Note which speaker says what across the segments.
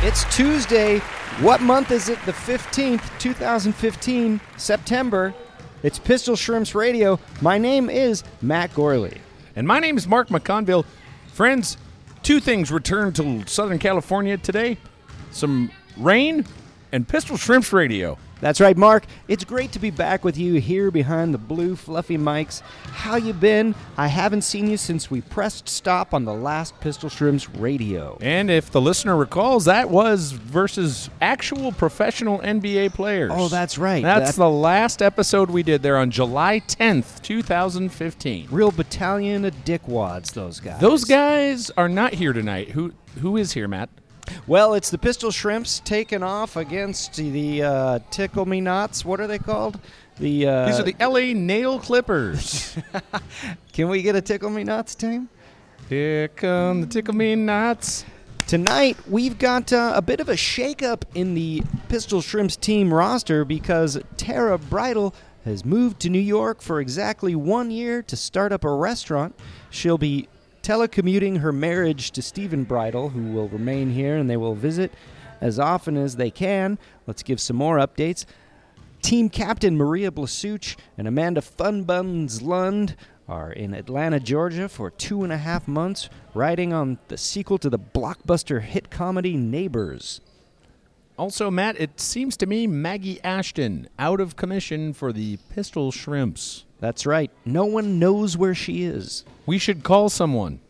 Speaker 1: It's Tuesday. What month is it? The 15th, 2015, September. It's Pistol Shrimps Radio. My name is Matt Gorley.
Speaker 2: And my name is Mark McConville. Friends, two things returned to Southern California today some rain and Pistol Shrimps Radio.
Speaker 1: That's right, Mark. It's great to be back with you here behind the blue fluffy mics. How you been? I haven't seen you since we pressed stop on the last Pistol Shrimps radio.
Speaker 2: And if the listener recalls, that was versus actual professional NBA players.
Speaker 1: Oh, that's right.
Speaker 2: That's
Speaker 1: That-
Speaker 2: the last episode we did there on July 10th, 2015.
Speaker 1: Real battalion of dickwads, those guys.
Speaker 2: Those guys are not here tonight. Who who is here, Matt?
Speaker 1: Well, it's the Pistol Shrimps taking off against the uh, Tickle Me Knots. What are they called? The uh,
Speaker 2: These are the LA Nail Clippers.
Speaker 1: Can we get a Tickle Me Knots team?
Speaker 2: here come the tickle me knots.
Speaker 1: Tonight, we've got uh, a bit of a shakeup in the Pistol Shrimps team roster because Tara Bridle has moved to New York for exactly one year to start up a restaurant. She'll be telecommuting her marriage to Stephen Bridle, who will remain here and they will visit as often as they can. Let's give some more updates. Team captain Maria Blasuch and Amanda Funbuns Lund are in Atlanta, Georgia for two and a half months, writing on the sequel to the blockbuster hit comedy Neighbors.
Speaker 2: Also, Matt, it seems to me Maggie Ashton out of commission for the Pistol Shrimps.
Speaker 1: That's right, no one knows where she is.
Speaker 2: We should call someone.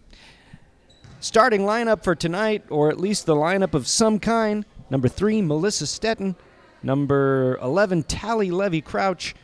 Speaker 1: Starting lineup for tonight, or at least the lineup of some kind number three, Melissa Stetton. Number 11, Tally Levy Crouch.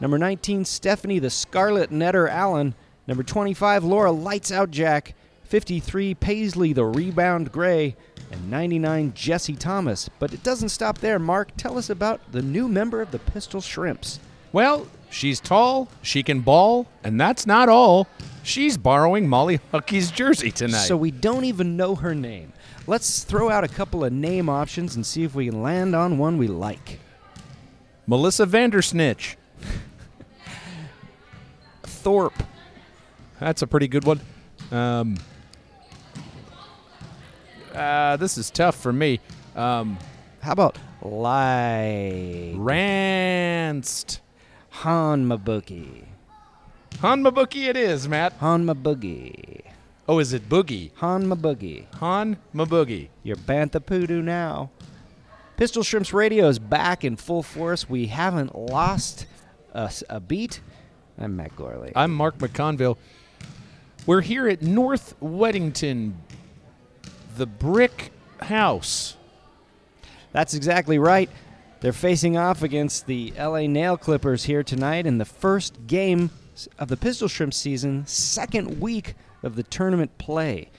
Speaker 1: Number 19, Stephanie the Scarlet Netter Allen. Number 25, Laura Lights Out Jack. 53, Paisley the Rebound Gray. And 99, Jesse Thomas. But it doesn't stop there, Mark. Tell us about the new member of the Pistol Shrimps.
Speaker 2: Well, she's tall, she can ball, and that's not all. She's borrowing Molly Huckey's jersey tonight.
Speaker 1: So we don't even know her name. Let's throw out a couple of name options and see if we can land on one we like.
Speaker 2: Melissa Vandersnitch.
Speaker 1: Thorpe.
Speaker 2: That's a pretty good one. Um, uh, this is tough for me. Um,
Speaker 1: How about like
Speaker 2: Ranst.
Speaker 1: Han Mabuki?
Speaker 2: Han Mabuki it is, Matt.
Speaker 1: Han Mabugi.
Speaker 2: Oh, is it Boogie?
Speaker 1: Han Mabugi.
Speaker 2: Han Maboogie.
Speaker 1: You're Bantha Poodoo now. Pistol Shrimps Radio is back in full force. We haven't lost a, s- a beat. I'm Matt Gorley.
Speaker 2: I'm Mark McConville. We're here at North Weddington, the brick house.
Speaker 1: That's exactly right. They're facing off against the LA Nail Clippers here tonight in the first game s- of the Pistol Shrimp season, second week of the tournament play.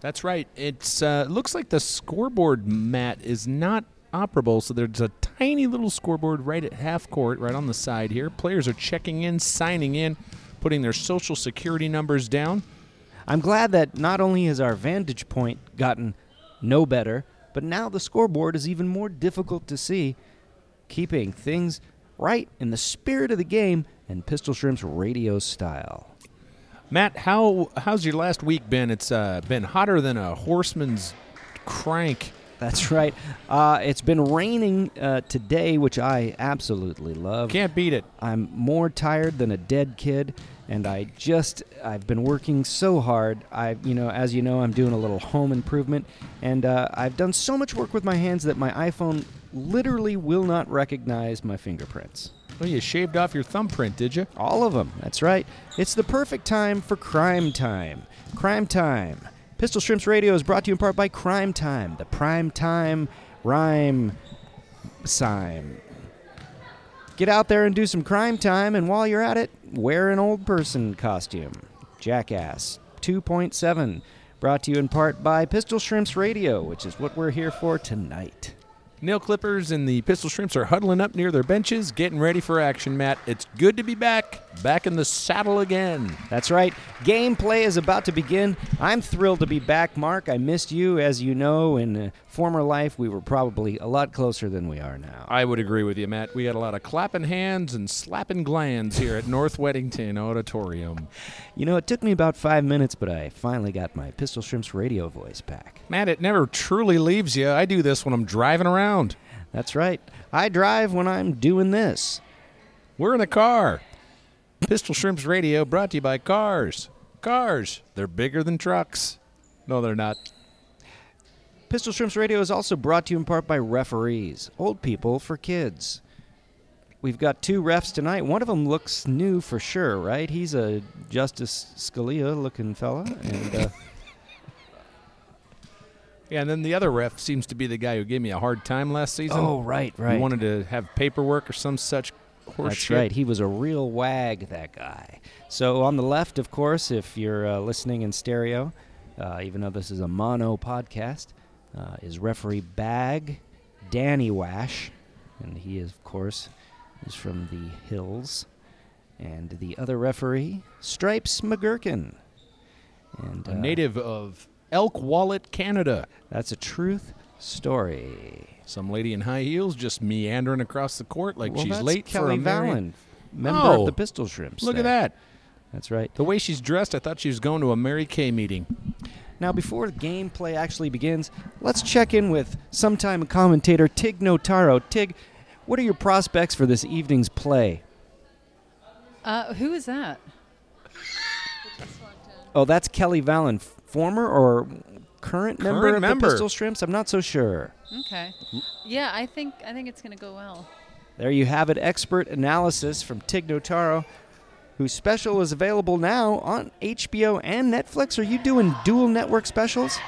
Speaker 2: That's right. It's uh, looks like the scoreboard mat is not operable, so there's a tiny little scoreboard right at half court, right on the side here. Players are checking in, signing in, putting their social security numbers down.
Speaker 1: I'm glad that not only has our vantage point gotten no better, but now the scoreboard is even more difficult to see, keeping things right in the spirit of the game and Pistol Shrimp's radio style.
Speaker 2: Matt, how how's your last week been? It's uh, been hotter than a horseman's crank.
Speaker 1: That's right. Uh, it's been raining uh, today, which I absolutely love.
Speaker 2: Can't beat it.
Speaker 1: I'm more tired than a dead kid, and I just I've been working so hard. I you know as you know I'm doing a little home improvement, and uh, I've done so much work with my hands that my iPhone literally will not recognize my fingerprints.
Speaker 2: Oh, you shaved off your thumbprint, did you?
Speaker 1: All of them. That's right. It's the perfect time for crime time. Crime time. Pistol Shrimps Radio is brought to you in part by Crime Time, the prime time rhyme sime. Get out there and do some crime time, and while you're at it, wear an old person costume. Jackass 2.7, brought to you in part by Pistol Shrimps Radio, which is what we're here for tonight.
Speaker 2: Nail clippers and the pistol shrimps are huddling up near their benches, getting ready for action, Matt. It's good to be back, back in the saddle again.
Speaker 1: That's right. Gameplay is about to begin. I'm thrilled to be back, Mark. I missed you. As you know, in a former life, we were probably a lot closer than we are now.
Speaker 2: I would agree with you, Matt. We had a lot of clapping hands and slapping glands here at North Weddington Auditorium.
Speaker 1: You know, it took me about five minutes, but I finally got my Pistol Shrimps radio voice back.
Speaker 2: Matt, it never truly leaves you. I do this when I'm driving around.
Speaker 1: That's right. I drive when I'm doing this.
Speaker 2: We're in a car. Pistol Shrimps Radio brought to you by Cars. Cars, they're bigger than trucks. No, they're not.
Speaker 1: Pistol Shrimps Radio is also brought to you in part by referees, old people for kids. We've got two refs tonight. One of them looks new for sure, right? He's a Justice Scalia looking fella. And, uh,
Speaker 2: Yeah, and then the other ref seems to be the guy who gave me a hard time last season.
Speaker 1: oh, right, right.
Speaker 2: He wanted to have paperwork or some such horseshit.
Speaker 1: That's right. He was a real wag, that guy. So on the left, of course, if you're uh, listening in stereo, uh, even though this is a mono podcast, uh, is referee Bag Danny Wash, and he, is, of course, is from the hills. And the other referee, Stripes McGurkin, and
Speaker 2: A
Speaker 1: uh,
Speaker 2: native of Elk Wallet, Canada.
Speaker 1: That's a truth story.
Speaker 2: Some lady in high heels just meandering across the court like
Speaker 1: well,
Speaker 2: she's
Speaker 1: that's
Speaker 2: late for
Speaker 1: Kelly
Speaker 2: a marriage.
Speaker 1: Valen, member
Speaker 2: Oh.
Speaker 1: of the Pistol Shrimps.
Speaker 2: Look at
Speaker 1: there.
Speaker 2: that.
Speaker 1: That's right.
Speaker 2: The way she's dressed, I thought she was going to a Mary Kay meeting.
Speaker 1: Now, before the gameplay actually begins, let's check in with sometime commentator Tig Notaro. Tig, what are your prospects for this evening's play?
Speaker 3: Uh, who is that?
Speaker 1: Oh, that's Kelly Valen, f- former or current, member
Speaker 2: Current
Speaker 1: of
Speaker 2: member.
Speaker 1: the Pistol Shrimps. I'm not so sure.
Speaker 3: Okay. Yeah, I think I think it's gonna go well.
Speaker 1: There you have it, expert analysis from Tig Notaro, whose special is available now on HBO and Netflix. Are you doing dual network specials?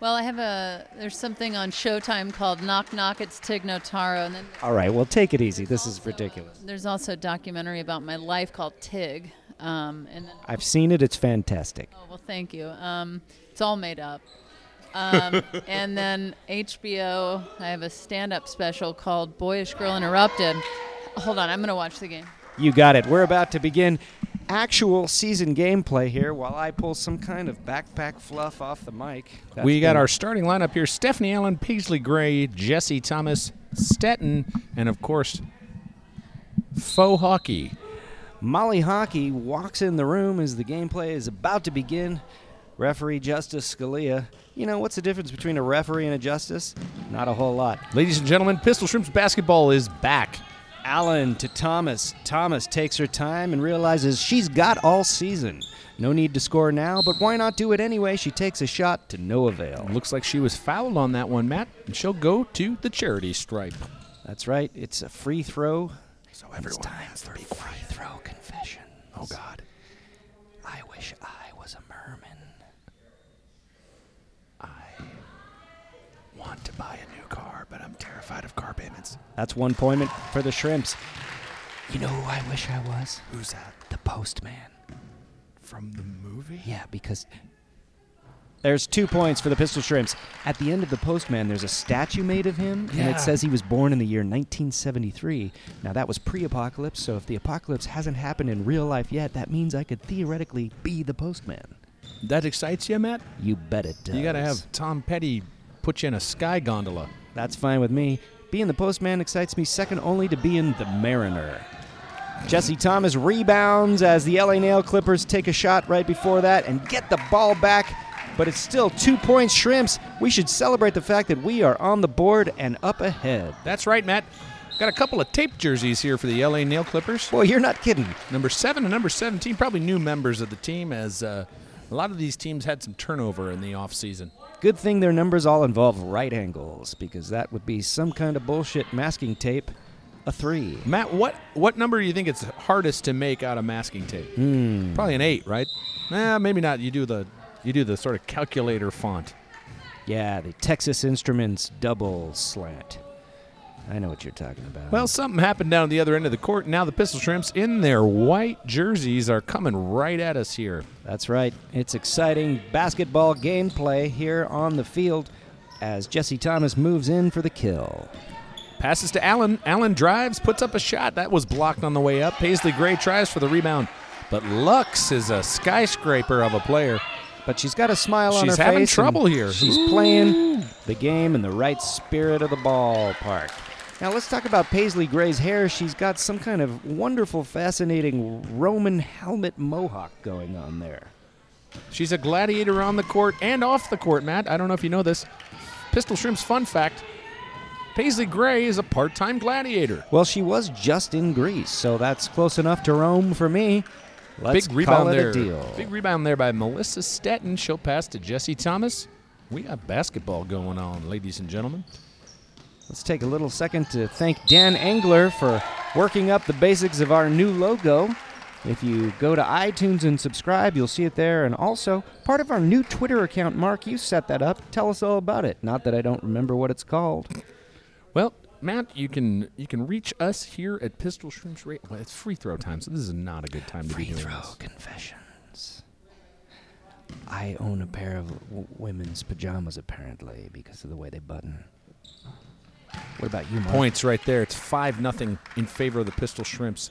Speaker 3: Well, I have a there's something on Showtime called Knock Knock. It's Tig Notaro, and then
Speaker 1: All right, well, take it easy. This is ridiculous.
Speaker 3: there's also a documentary about my life called Tig. Um, and then
Speaker 1: I've seen it. It's fantastic.
Speaker 3: oh well, thank you. Um, it's all made up. Um, and then HBO, I have a stand-up special called Boyish Girl Interrupted. Hold on, I'm gonna watch the game.
Speaker 1: You got it. We're about to begin actual season gameplay here while I pull some kind of backpack fluff off the mic. That's
Speaker 2: we got
Speaker 1: been-
Speaker 2: our starting lineup here Stephanie Allen, Paisley Gray, Jesse Thomas, Stetton, and of course, Faux Hockey.
Speaker 1: Molly Hockey walks in the room as the gameplay is about to begin. Referee Justice Scalia. You know, what's the difference between a referee and a justice? Not a whole lot.
Speaker 2: Ladies and gentlemen, Pistol Shrimps basketball is back.
Speaker 1: Allen to Thomas. Thomas takes her time and realizes she's got all season. No need to score now, but why not do it anyway? She takes a shot to no avail.
Speaker 2: Looks like she was fouled on that one, Matt, and she'll go to the charity stripe.
Speaker 1: That's right. It's a free throw.
Speaker 2: So everyone has to be
Speaker 1: Free throw confession.
Speaker 2: Oh, God.
Speaker 1: I wish I was a merman.
Speaker 2: Want to buy a new car, but I'm terrified of car payments.
Speaker 1: That's one point for the shrimps. You know who I wish I was? Who's that? The postman.
Speaker 2: From the movie?
Speaker 1: Yeah, because there's two points for the pistol shrimps. At the end of the postman, there's a statue made of him, and
Speaker 2: Yeah.
Speaker 1: it says he was born in the year 1973. Now that was pre-apocalypse, so if the apocalypse hasn't happened in real life yet, that means I could theoretically be the postman.
Speaker 2: That excites you, Matt?
Speaker 1: You bet it does.
Speaker 2: You gotta have Tom Petty put you in a sky gondola.
Speaker 1: That's fine with me. Being the postman excites me second only to being the mariner. Jesse Thomas rebounds as the LA Nail Clippers take a shot right before that and get the ball back, but it's still two points shrimps. We should celebrate the fact that we are on the board and up ahead.
Speaker 2: That's right, Matt. Got a couple of tape jerseys here for the LA Nail Clippers.
Speaker 1: Boy, you're not kidding.
Speaker 2: Number 7 and number 17, probably new members of the team, as uh, a lot of these teams had some turnover in the offseason.
Speaker 1: Good thing their numbers all involve right angles, because that would be some kind of bullshit masking tape. A three.
Speaker 2: Matt, what what number do you think it's hardest to make out of masking tape? Probably an eight, right? Nah, maybe not. You do the you do the sort of calculator font.
Speaker 1: Yeah, the Texas Instruments double slant. I know what you're talking about.
Speaker 2: Well, something happened down the other end of the court. Now the Pistol Shrimps, in their white jerseys, are coming right at us here.
Speaker 1: That's right. It's exciting basketball gameplay here on the field as Jesse Thomas moves in for the kill.
Speaker 2: Passes to Allen. Allen drives, puts up a shot. That was blocked on the way up. Paisley Gray tries for the rebound. But Lux is a skyscraper of a player.
Speaker 1: But she's got a smile on her
Speaker 2: She's
Speaker 1: face.
Speaker 2: having
Speaker 1: and
Speaker 2: trouble here.
Speaker 1: She's playing the game in the right spirit of the ballpark. Now let's talk about Paisley Gray's hair. She's got some kind of wonderful, fascinating Roman helmet mohawk going on there.
Speaker 2: She's a gladiator on the court and off the court, Matt. I don't know if you know this. Pistol Shrimp's fun fact Paisley Gray is a part time gladiator.
Speaker 1: Well, she was just in Greece, so that's close enough to Rome for me. Let's
Speaker 2: Big
Speaker 1: call
Speaker 2: rebound
Speaker 1: it
Speaker 2: there.
Speaker 1: a deal.
Speaker 2: Big rebound there by Melissa Stetton. She'll pass to Jesse Thomas. We got basketball going on, ladies and gentlemen.
Speaker 1: Let's take a little second to thank Dan Engler for working up the basics of our new logo. If you go to iTunes and subscribe, you'll see it there. And also, part of our new Twitter account, Mark, you set that up. Tell us all about it. Not that I don't remember what it's called.
Speaker 2: Well, Matt, you can you can reach us here at Pistol Shrimps Radio. Well, it's free throw time, so this is not a good time to
Speaker 1: Free
Speaker 2: be doing
Speaker 1: throw
Speaker 2: this.
Speaker 1: confessions. I own a pair of w- women's pajamas, apparently, because of the way they button. What about you, Mark?
Speaker 2: Points right there. It's five nothing in favor of the Pistol Shrimps.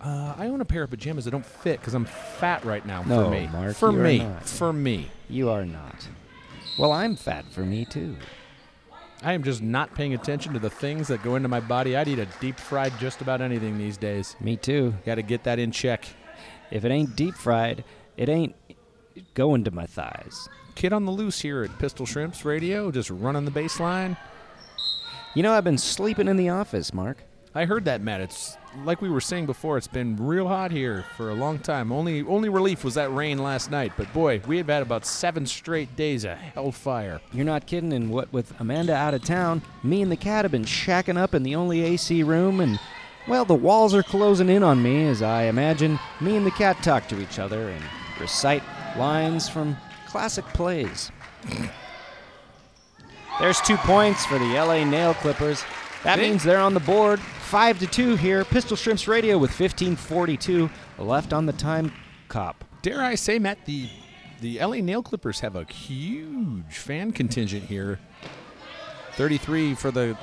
Speaker 2: Uh, I own a pair of pajamas that don't fit because I'm fat right now.
Speaker 1: No,
Speaker 2: for me,
Speaker 1: Mark,
Speaker 2: for
Speaker 1: you are
Speaker 2: me,
Speaker 1: not.
Speaker 2: for me.
Speaker 1: You are not. Well, I'm fat for me, too.
Speaker 2: I am just not paying attention to the things that go into my body. I'd eat a deep fried just about anything these days.
Speaker 1: Me, too.
Speaker 2: Got to get that in check.
Speaker 1: If it ain't deep fried, it ain't going to my thighs.
Speaker 2: Kid on the loose here at Pistol Shrimps Radio, just running the baseline.
Speaker 1: You know, I've been sleeping in the office, Mark.
Speaker 2: I heard that, Matt. It's like we were saying before. It's been real hot here for a long time. Only only relief was that rain last night. But boy, we have had about seven straight days of hellfire.
Speaker 1: You're not kidding. And what with Amanda out of town, me and the cat have been shacking up in the only AC room, and well, the walls are closing in on me as I imagine me and the cat talk to each other and recite lines from classic plays. There's two points for the LA Nail Clippers. That
Speaker 2: Big-
Speaker 1: means they're on the board, five to two here. Pistol Shrimps Radio with 15:42 left on the time cop.
Speaker 2: Dare I say, Matt, the the LA Nail Clippers have a huge fan contingent here. Thirty-three for the.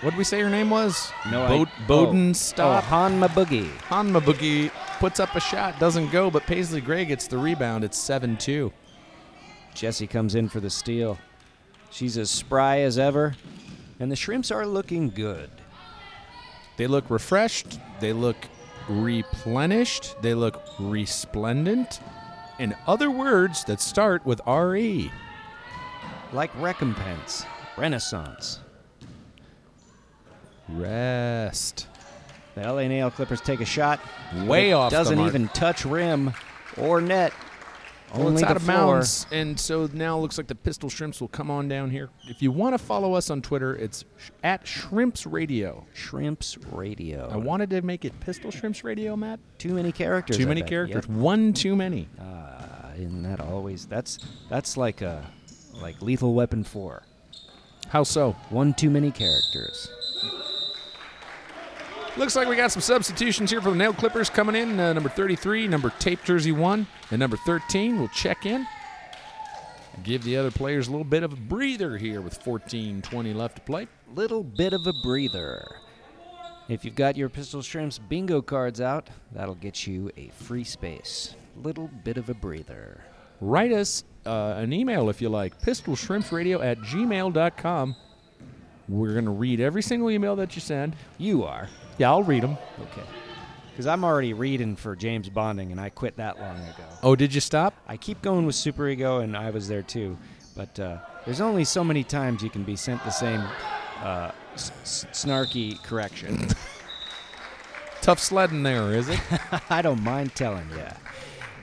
Speaker 2: What did we say her name was?
Speaker 1: I-
Speaker 2: Bo- Bowden Stop.
Speaker 1: Oh, Hanma Boogie.
Speaker 2: Hanma Boogie puts up a shot, doesn't go, but Paisley Gray gets the rebound. It's seven-two.
Speaker 1: Jesse comes in for the steal. She's as spry as ever, and the shrimps are looking good.
Speaker 2: They look refreshed. They look replenished. They look resplendent. And other words that start with E. RE.
Speaker 1: Like recompense, renaissance.
Speaker 2: Rest.
Speaker 1: The LA Nail Clippers take a shot. but
Speaker 2: Way
Speaker 1: it
Speaker 2: off the
Speaker 1: Doesn't
Speaker 2: mark.
Speaker 1: even touch rim or net.
Speaker 2: Well,
Speaker 1: Only
Speaker 2: it's
Speaker 1: the
Speaker 2: out of
Speaker 1: floor.
Speaker 2: bounds. And so now looks like the Pistol Shrimps will come on down here. If you want to follow us on Twitter, it's sh- at Shrimps Radio.
Speaker 1: Shrimps Radio.
Speaker 2: I wanted to make it Pistol Shrimps Radio, Matt.
Speaker 1: too many characters.
Speaker 2: Too
Speaker 1: I
Speaker 2: many
Speaker 1: bet.
Speaker 2: characters.
Speaker 1: Yep.
Speaker 2: One too many.
Speaker 1: Uh, isn't that always? That's that's like a like Lethal Weapon Four.
Speaker 2: How so?
Speaker 1: One too many characters.
Speaker 2: Looks like we got some substitutions here for the Nail Clippers coming in. Uh, number 33, number tape jersey one, and number 13 will check in. Give the other players a little bit of a breather here with 14 20 left to play.
Speaker 1: little bit of a breather. If you've got your Pistol Shrimps bingo cards out, that'll get you a free space. Little bit of a breather.
Speaker 2: Write us uh, an email if you like, pistolshrimpsradio at gmail.com. We're going to read every single email that you send.
Speaker 1: You are.
Speaker 2: Yeah, I'll read them.
Speaker 1: Okay. Because I'm already reading for James Bonding, and I quit that long ago.
Speaker 2: Oh, did you stop?
Speaker 1: I keep going with Super Ego, and I was there too. But uh, there's only so many times you can be sent the same uh, s- s- snarky correction.
Speaker 2: Tough sledding there, is it?
Speaker 1: I don't mind telling you.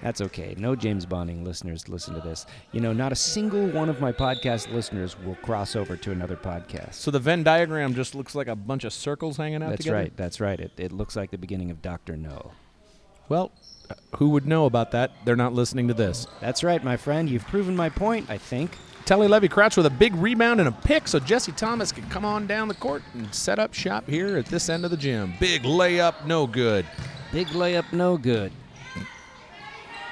Speaker 1: That's okay. No James Bonding listeners listen to this. You know, not a single one of my podcast listeners will cross over to another podcast.
Speaker 2: so the Venn diagram just looks like a bunch of circles hanging out
Speaker 1: That's
Speaker 2: together.
Speaker 1: right. That's right. It, it looks like the beginning of Dr. No.
Speaker 2: Well, who would know about that? They're not listening to this.
Speaker 1: That's right, my friend. You've proven my point, I think.
Speaker 2: Telly Levy Crouch with a big rebound and a pick, so Jesse Thomas could come on down the court and set up shop here at this end of the gym. Big layup, no good.
Speaker 1: Big layup, no good.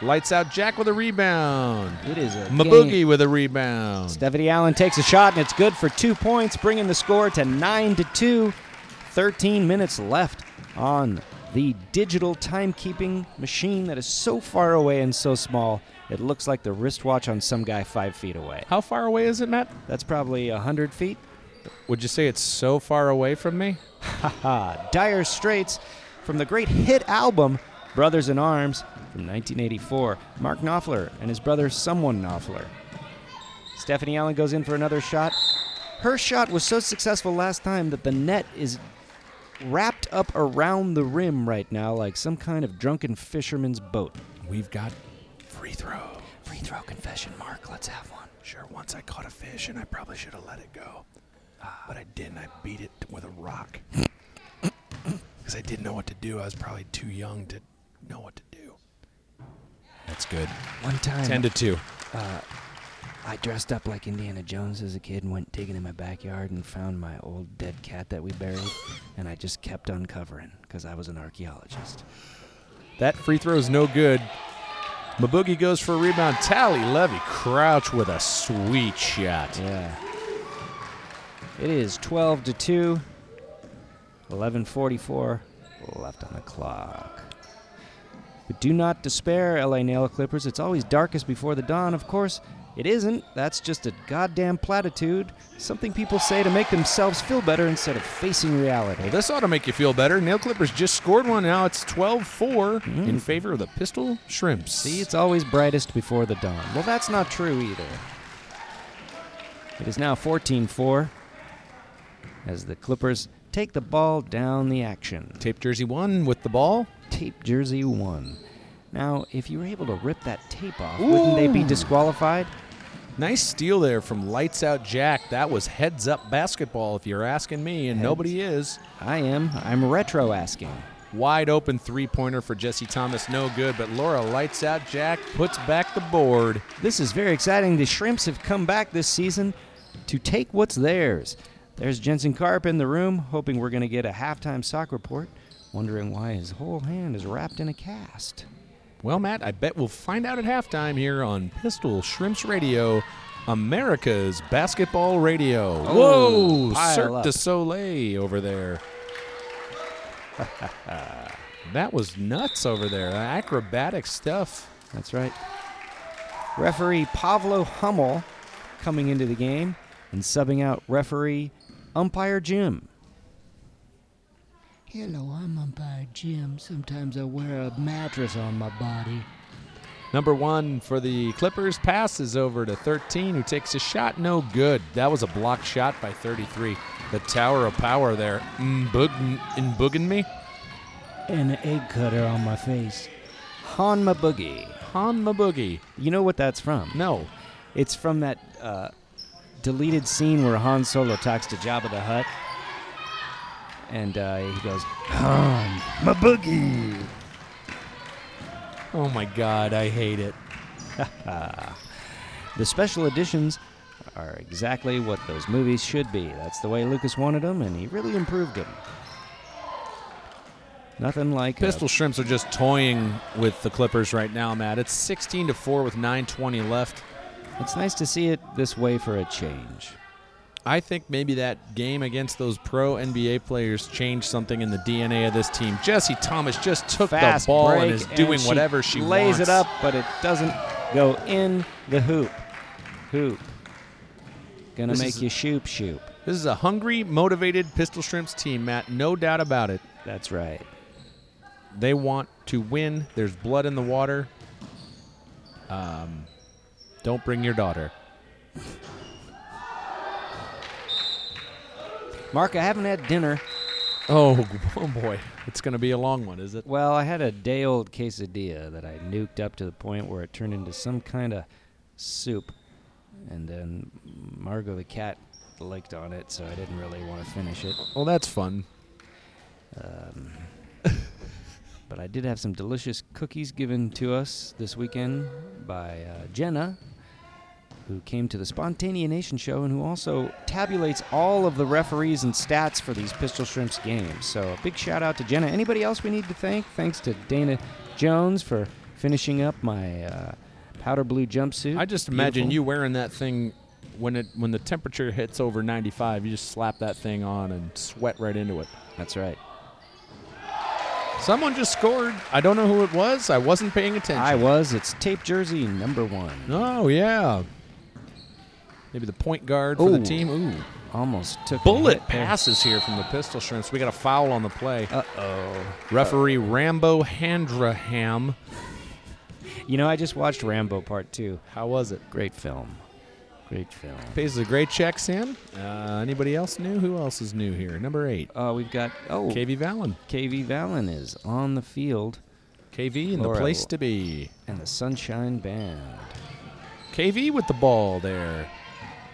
Speaker 2: Lights out Jack with a rebound.
Speaker 1: It is a
Speaker 2: Maboogie
Speaker 1: game.
Speaker 2: with a rebound.
Speaker 1: Stephanie Allen takes a shot and it's good for two points, bringing the score to nine to two. Thirteen minutes left on the digital timekeeping machine that is so far away and so small. It looks like the wristwatch on some guy five feet away.
Speaker 2: How far away is it, Matt?
Speaker 1: That's probably a hundred feet.
Speaker 2: Would you say it's so far away from me?
Speaker 1: Haha, Uh, Dire Straits from the great hit album Brothers in Arms from 1984. Mark Knopfler and his brother, someone Knopfler. Stephanie Allen goes in for another shot. Her shot was so successful last time that the net is wrapped up around the rim right now like some kind of drunken fisherman's boat.
Speaker 2: We've got free throw.
Speaker 1: Free throw confession, Mark. Let's have one.
Speaker 2: Sure, once I caught a fish and I probably should have let it go. But I didn't. I beat it with a rock. Because I didn't know what to do. I was probably too young to know what to do. That's good.
Speaker 1: One time.
Speaker 2: 10 to 2.
Speaker 1: I dressed up like Indiana Jones as a kid and went digging in my backyard and found my old dead cat that we buried, and I just kept uncovering because I was an archaeologist.
Speaker 2: That free throw is no good. Maboogie goes for a rebound. Tally Levy Crouch with a sweet shot.
Speaker 1: Yeah. It is 12 to 2, 11:44 left on the clock. But do not despair, LA Nail Clippers. It's always darkest before the dawn. Of course, it isn't. That's just a goddamn platitude, something people say to make themselves feel better instead of facing reality.
Speaker 2: Well, this ought to make you feel better. Nail Clippers just scored one. Now it's 12 4 in favor of the Pistol Shrimps.
Speaker 1: Mm. See, it's always brightest before the dawn. Well, that's not true either. It is now 14 4 as the Clippers take the ball down the action.
Speaker 2: Tape Jersey 1 with the ball.
Speaker 1: Tape jersey one. Now, if you were able to rip that tape off, wouldn't they be
Speaker 2: Ooh.
Speaker 1: disqualified?
Speaker 2: Nice steal there from Lights Out Jack. That was heads up basketball, if you're asking me, and
Speaker 1: Heads.
Speaker 2: nobody is.
Speaker 1: I am. I'm retro asking.
Speaker 2: Wide open three pointer for Jesse Thomas, no good, but Laura Lights Out Jack puts back the board.
Speaker 1: This is very exciting. The Shrimps have come back this season to take what's theirs. There's Jensen Karp in the room, hoping we're going to get a halftime sock report, wondering why his whole hand is wrapped in a cast.
Speaker 2: Well, Matt, I bet we'll find out at halftime here on Pistol Shrimps Radio, America's basketball radio.
Speaker 1: Oh,
Speaker 2: Whoa,
Speaker 1: pile
Speaker 2: Cirque
Speaker 1: up.
Speaker 2: du Soleil over there. that was nuts over there. Acrobatic stuff.
Speaker 1: That's right. Referee Pavlo Hummel coming into the game and subbing out referee umpire Jim.
Speaker 4: Hello, I'm Umpire Jim. Sometimes I wear a mattress on my body.
Speaker 2: Number one for the Clippers passes over to 13, who takes a shot. No good. That was a blocked shot by 33. The Tower of Power there. Mboog- Mbooging me?
Speaker 4: And an egg cutter on my face.
Speaker 1: Hanma Boogie.
Speaker 2: Han Maboogie.
Speaker 1: You know what that's from?
Speaker 2: No.
Speaker 1: It's from that uh, deleted scene where Han Solo talks to Jabba the Hutt. And uh, he goes, Han, my boogie.
Speaker 2: Oh my God, I hate it.
Speaker 1: The special editions are exactly what those movies should be. That's the way Lucas wanted them, and he really improved them. Nothing like a-
Speaker 2: Pistol Shrimps are just toying with the Clippers right now, Matt. It's 16 to 4 with 9:20 left.
Speaker 1: It's nice to see it this way for a change.
Speaker 2: I think maybe that game against those pro NBA players changed something in the DNA of this team. Jesse Thomas just took
Speaker 1: Fast
Speaker 2: the ball
Speaker 1: break,
Speaker 2: and is doing
Speaker 1: she
Speaker 2: whatever she
Speaker 1: lays
Speaker 2: wants.
Speaker 1: it up, but it doesn't go in the hoop. Hoop. Gonna
Speaker 2: This
Speaker 1: make
Speaker 2: is-
Speaker 1: you shoop shoop.
Speaker 2: This is a hungry, motivated Pistol Shrimps team, Matt. No doubt about it.
Speaker 1: That's right.
Speaker 2: They want to win. There's blood in the water. Um, don't bring your daughter.
Speaker 1: Mark, I haven't had dinner.
Speaker 2: Oh, oh boy, it's going to be a long one, is it?
Speaker 1: Well, I had a day old quesadilla that I nuked up to the point where it turned into some kind of soup. And then Margot the cat licked on it, so I didn't really want to finish it.
Speaker 2: Well, that's fun.
Speaker 1: Um, But I did have some delicious cookies given to us this weekend by uh, Jenna. who came to the Spontanea Nation show and who also tabulates all of the referees and stats for these Pistol Shrimps games. So a big shout out to Jenna. Anybody else we need to thank? Thanks to Dana Jones for finishing up my uh, powder blue jumpsuit.
Speaker 2: I just imagine
Speaker 1: Beautiful.
Speaker 2: you wearing that thing when it when the temperature hits over 95. You just slap that thing on and sweat right into it.
Speaker 1: That's right.
Speaker 2: Someone just scored. I don't know who it was. I wasn't paying attention.
Speaker 1: I was. It's tape jersey number one.
Speaker 2: Oh yeah. Maybe the point guard for
Speaker 1: Ooh.
Speaker 2: the team. Ooh.
Speaker 1: Almost took a
Speaker 2: Bullet
Speaker 1: hit there.
Speaker 2: passes here from the Pistol Shrimps. We got a foul on the play.
Speaker 1: Uh-oh.
Speaker 2: Referee Rambo Handraham.
Speaker 1: You know, I just watched Rambo Part 2.
Speaker 2: How was it?
Speaker 1: Great film. Great film.
Speaker 2: Pays the great check, Sam. Uh, anybody else new? Who else is new here? Number eight,
Speaker 1: Uh, we've got oh
Speaker 2: KV Vallon.
Speaker 1: KV Vallon is on the field
Speaker 2: KV in
Speaker 1: Laura.
Speaker 2: the place to be.
Speaker 1: and the Sunshine Band.
Speaker 2: KV with the ball there.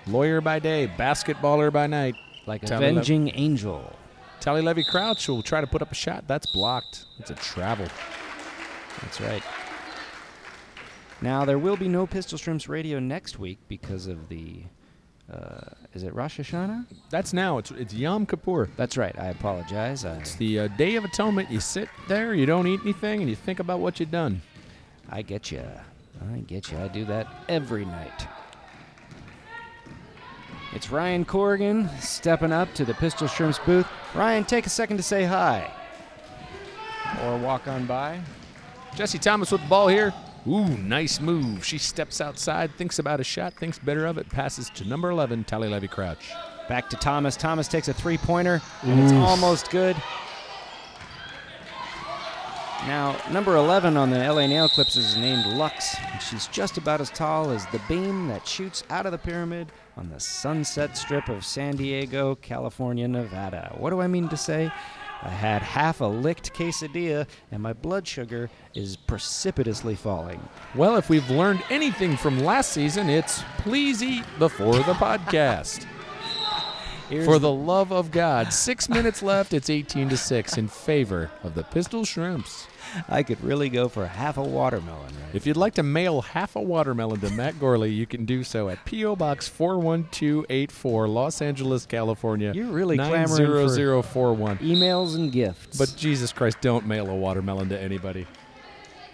Speaker 2: Lawyer by day, basketballer by night.
Speaker 1: Like
Speaker 2: Tell me that-
Speaker 1: Avenging Angel.
Speaker 2: Tally Levy Crouch will try to put up a shot. That's blocked. It's a travel.
Speaker 1: That's right. Now there will be no Pistol Shrimps radio next week because of the uh, is it Rosh Hashanah?
Speaker 2: That's now. It's, it's Yom Kippur.
Speaker 1: That's right. I apologize. I
Speaker 2: It's the uh, Day of Atonement. You sit there, you don't eat anything, and you think about what you've done.
Speaker 1: I get you. I get you. I do that every night. It's Ryan Corrigan stepping up to the Pistol Shrimps booth. Ryan, take a second to say hi. Or walk on by.
Speaker 2: Jesse Thomas with the ball here. Ooh, nice move. She steps outside, thinks about a shot, thinks better of it, passes to number 11, Tally Levy Crouch.
Speaker 1: Back to Thomas. Thomas takes a three pointer, and it's almost good. Now, number 11 on the LA Nail Clips is named Lux, and she's just about as tall as the beam that shoots out of the pyramid on the sunset strip of San Diego, California, Nevada. What do I mean to say? I had half a licked quesadilla, and my blood sugar is precipitously falling.
Speaker 2: Well, if we've learned anything from last season, it's please eat before the podcast.
Speaker 1: Here's
Speaker 2: For the love of God. Six minutes left. It's 18 to 6 in favor of the Pistol Shrimps.
Speaker 1: I could really go for half a watermelon right
Speaker 2: If you'd like to mail half a watermelon to Matt Gorley, you can do so at P.O. Box 41284, Los Angeles, California.
Speaker 1: You're really clamoring for-
Speaker 2: 90041.
Speaker 1: Emails and gifts.
Speaker 2: But Jesus Christ, don't mail a watermelon to anybody.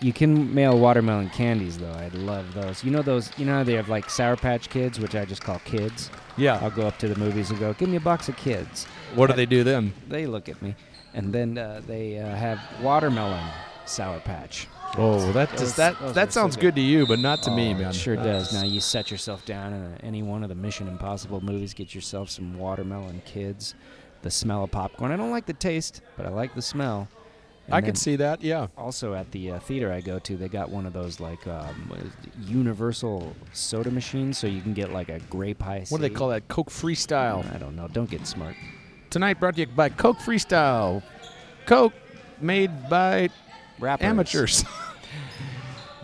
Speaker 1: You can mail watermelon candies though. I love those. You know those. You know how they have like Sour Patch Kids, which I just call kids. I'll
Speaker 2: Yeah.
Speaker 1: go up to the movies and go, "Give me a box of kids."
Speaker 2: What do they do then?
Speaker 1: They look at me, and then uh, they uh, have watermelon Sour Patch.
Speaker 2: Oh, that
Speaker 1: Those-
Speaker 2: does, that
Speaker 1: those are
Speaker 2: that
Speaker 1: so
Speaker 2: sounds
Speaker 1: good.
Speaker 2: good to you, but not to
Speaker 1: Oh,
Speaker 2: me,
Speaker 1: it
Speaker 2: man.
Speaker 1: Sure does.
Speaker 2: That's-
Speaker 1: Now you set yourself down in uh, any one of the Mission Impossible movies, get yourself some watermelon kids. The smell of popcorn. I don't like the taste, but I like the smell. And
Speaker 2: I
Speaker 1: then-
Speaker 2: could see that. Yeah.
Speaker 1: Also, at the uh, theater I go to, they got one of those like um, what is it, universal soda machines, so you can get like a grape ice.
Speaker 2: What do they call that? Coke Freestyle.
Speaker 1: I don't know. Don't get smart.
Speaker 2: Tonight brought to you by Coke Freestyle. Coke made by
Speaker 1: Rappers.
Speaker 2: amateurs.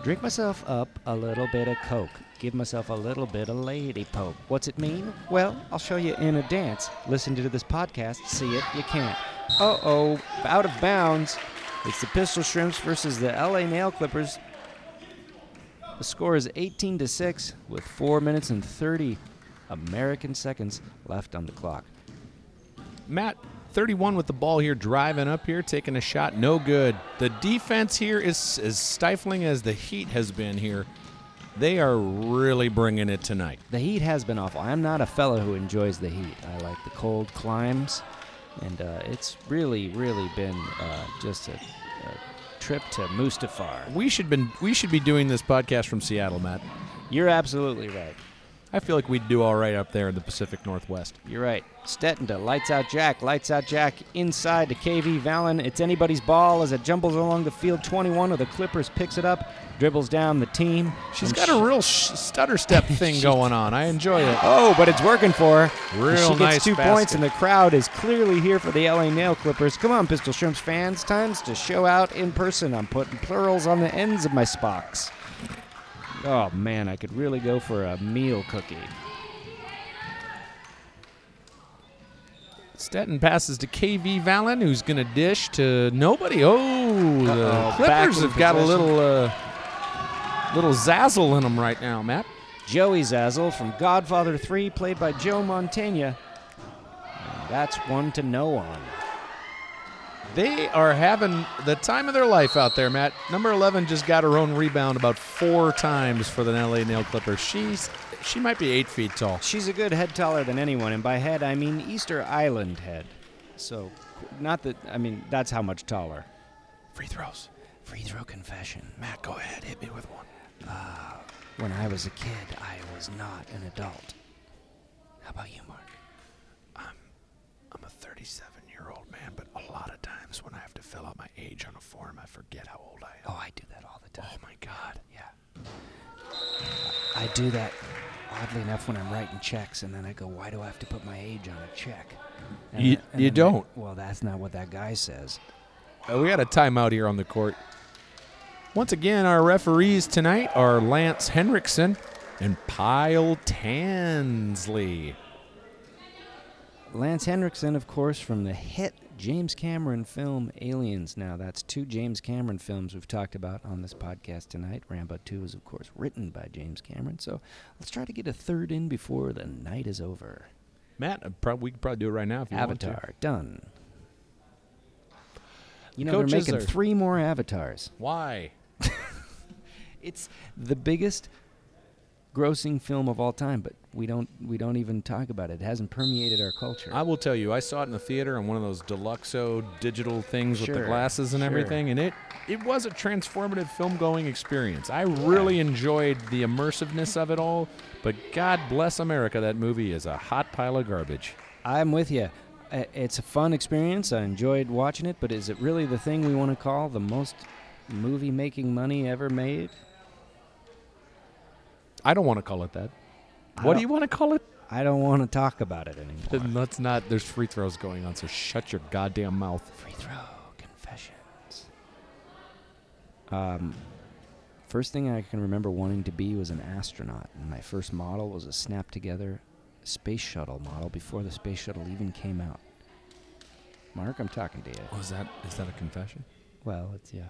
Speaker 1: Drink myself up a little bit of Coke. Give myself a little bit of lady poke. What's it mean? Well, I'll show you in a dance. Listen to this podcast. See it. You can't. Uh oh. Out of bounds. It's the Pistol Shrimps versus the LA Nail Clippers. The score is 18 to 6 with 4 minutes and 30 American seconds left on the clock.
Speaker 2: Matt, 31 with the ball here, driving up here, taking a shot, no good. The defense here is as stifling as the heat has been here. They are really bringing it tonight.
Speaker 1: The heat has been awful. I'm not a fellow who enjoys the heat. I like the cold climbs, and uh, it's really, really been uh, just a, a trip to Mustafar.
Speaker 2: We should been we should be doing this podcast from Seattle, Matt.
Speaker 1: You're absolutely right.
Speaker 2: I feel like we'd do all right up there in the Pacific Northwest.
Speaker 1: You're right. Stetton to lights out Jack. Lights out Jack inside to KV Vallon. It's anybody's ball as it jumbles along the field. 21 of the Clippers picks it up, dribbles down the team.
Speaker 2: She's
Speaker 1: and
Speaker 2: got
Speaker 1: sh-
Speaker 2: a real sh- stutter step thing going on. I enjoy it.
Speaker 1: Oh, but it's working for her.
Speaker 2: Real
Speaker 1: she gets
Speaker 2: nice
Speaker 1: two
Speaker 2: basket.
Speaker 1: points, and the crowd is clearly here for the LA Nail Clippers. Come on, Pistol Shrimps fans, times to show out in person. I'm putting plurals on the ends of my spocks. Oh man, I could really go for a meal cookie.
Speaker 2: Stetton passes to KV Vallon, who's going to dish to nobody. Oh,
Speaker 1: Uh-oh,
Speaker 2: the
Speaker 1: back
Speaker 2: Clippers
Speaker 1: in
Speaker 2: have got a
Speaker 1: possession.
Speaker 2: little uh, little zazzle in them right now, Matt.
Speaker 1: Joey Zazzle from Godfather 3, played by Joe Montana. And that's one to know on.
Speaker 2: They are having the time of their life out there, Matt. Number 11 just got her own rebound about four times for the LA Nail Clipper. She's she might be 8 feet tall.
Speaker 1: She's a good head taller than anyone, and by head I mean Easter Island head. So, not that, I mean, that's how much taller.
Speaker 2: Free throws.
Speaker 1: Free throw confession.
Speaker 2: Matt, go ahead. Hit me with one.
Speaker 1: Uh, When I was a kid, I was not an adult. How about you, Mark?
Speaker 2: I'm a 37-year-old man, but a lot of times when I have to fill out my age on a form, I forget how old I am.
Speaker 1: Oh, I do that all the time.
Speaker 2: Oh my god.
Speaker 1: Yeah. I do that oddly enough when I'm writing checks, and then I go, why do I have to put my age on a check? And
Speaker 2: You-
Speaker 1: then- and
Speaker 2: you
Speaker 1: then I-
Speaker 2: don't.
Speaker 1: well, that's not what that guy says.
Speaker 2: Uh, we got a timeout here on the court. Once again, our referees tonight are Lance Henriksen and Pyle Tansley.
Speaker 1: Lance Henriksen, of course, from the hit James Cameron film Aliens. Now, that's two James Cameron films we've talked about on this podcast tonight. Rambo 2 is, of course, written by James Cameron. So let's try to get a third in before the night is over.
Speaker 2: Matt, uh, prob- we could probably do it right now if you want to.
Speaker 1: Avatar, done. You know,
Speaker 2: Coaches
Speaker 1: they're making
Speaker 2: are-
Speaker 1: three more avatars.
Speaker 2: Why?
Speaker 1: It's the biggest grossing film of all time, but we don't we don't even talk about it. It hasn't permeated our culture.
Speaker 2: I will tell you, I saw it in the theater on one of those deluxo digital things with
Speaker 1: Sure,
Speaker 2: the glasses and
Speaker 1: sure.
Speaker 2: everything, and it it was a transformative film going experience. I really enjoyed the immersiveness of it all, but God bless America, that movie is a hot pile of garbage.
Speaker 1: I'm with you. It's a fun experience. I enjoyed watching it, but is it really the thing we want to call the most movie making money ever made?
Speaker 2: I don't want to call it that.
Speaker 1: I
Speaker 2: What do
Speaker 1: don't-
Speaker 2: you want to call it?
Speaker 1: I don't want to talk about it anymore.
Speaker 2: Then let's not. There's free throws going on, so shut your goddamn mouth.
Speaker 1: Free throw confessions. Um, first thing I can remember wanting to be was an astronaut, and my first model was a snap together space shuttle model before the space shuttle even came out. Mark, I'm talking to you.
Speaker 2: Was that is that a confession?
Speaker 1: Well, it's yeah.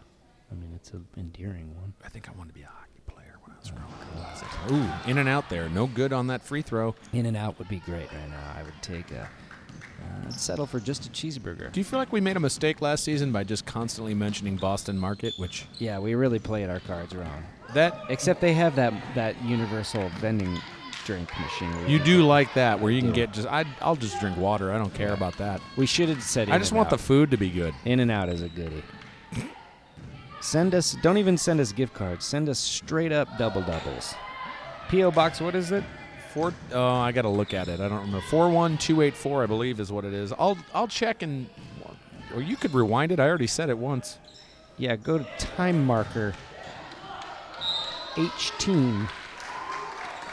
Speaker 1: I mean, it's an endearing one.
Speaker 2: I think I wanted to be a hockey player when I was growing up. Ooh, in and out there. No good on that free throw.
Speaker 1: In and out would be great right now. I would take a. Uh, I'd settle for just a cheeseburger.
Speaker 2: Do you feel like we made a mistake last season by just constantly mentioning Boston Market, which
Speaker 1: Yeah, we really played our cards wrong.
Speaker 2: that
Speaker 1: Except they have that that universal vending drink machine. where
Speaker 2: you
Speaker 1: can-
Speaker 2: do like that, where you can get just I I'll just drink water. I don't care about that.
Speaker 1: We should have said.
Speaker 2: I just want the food to be good.
Speaker 1: In and out is a goodie. Send us. Don't even send us gift cards. Send us straight up double doubles. PO box. What is it?
Speaker 2: Four oh, I gotta look at it. I don't remember. Four one two eight four, I believe, is what it is. I'll I'll check and or you could rewind it. I already said it once.
Speaker 1: Yeah, go to time marker 18.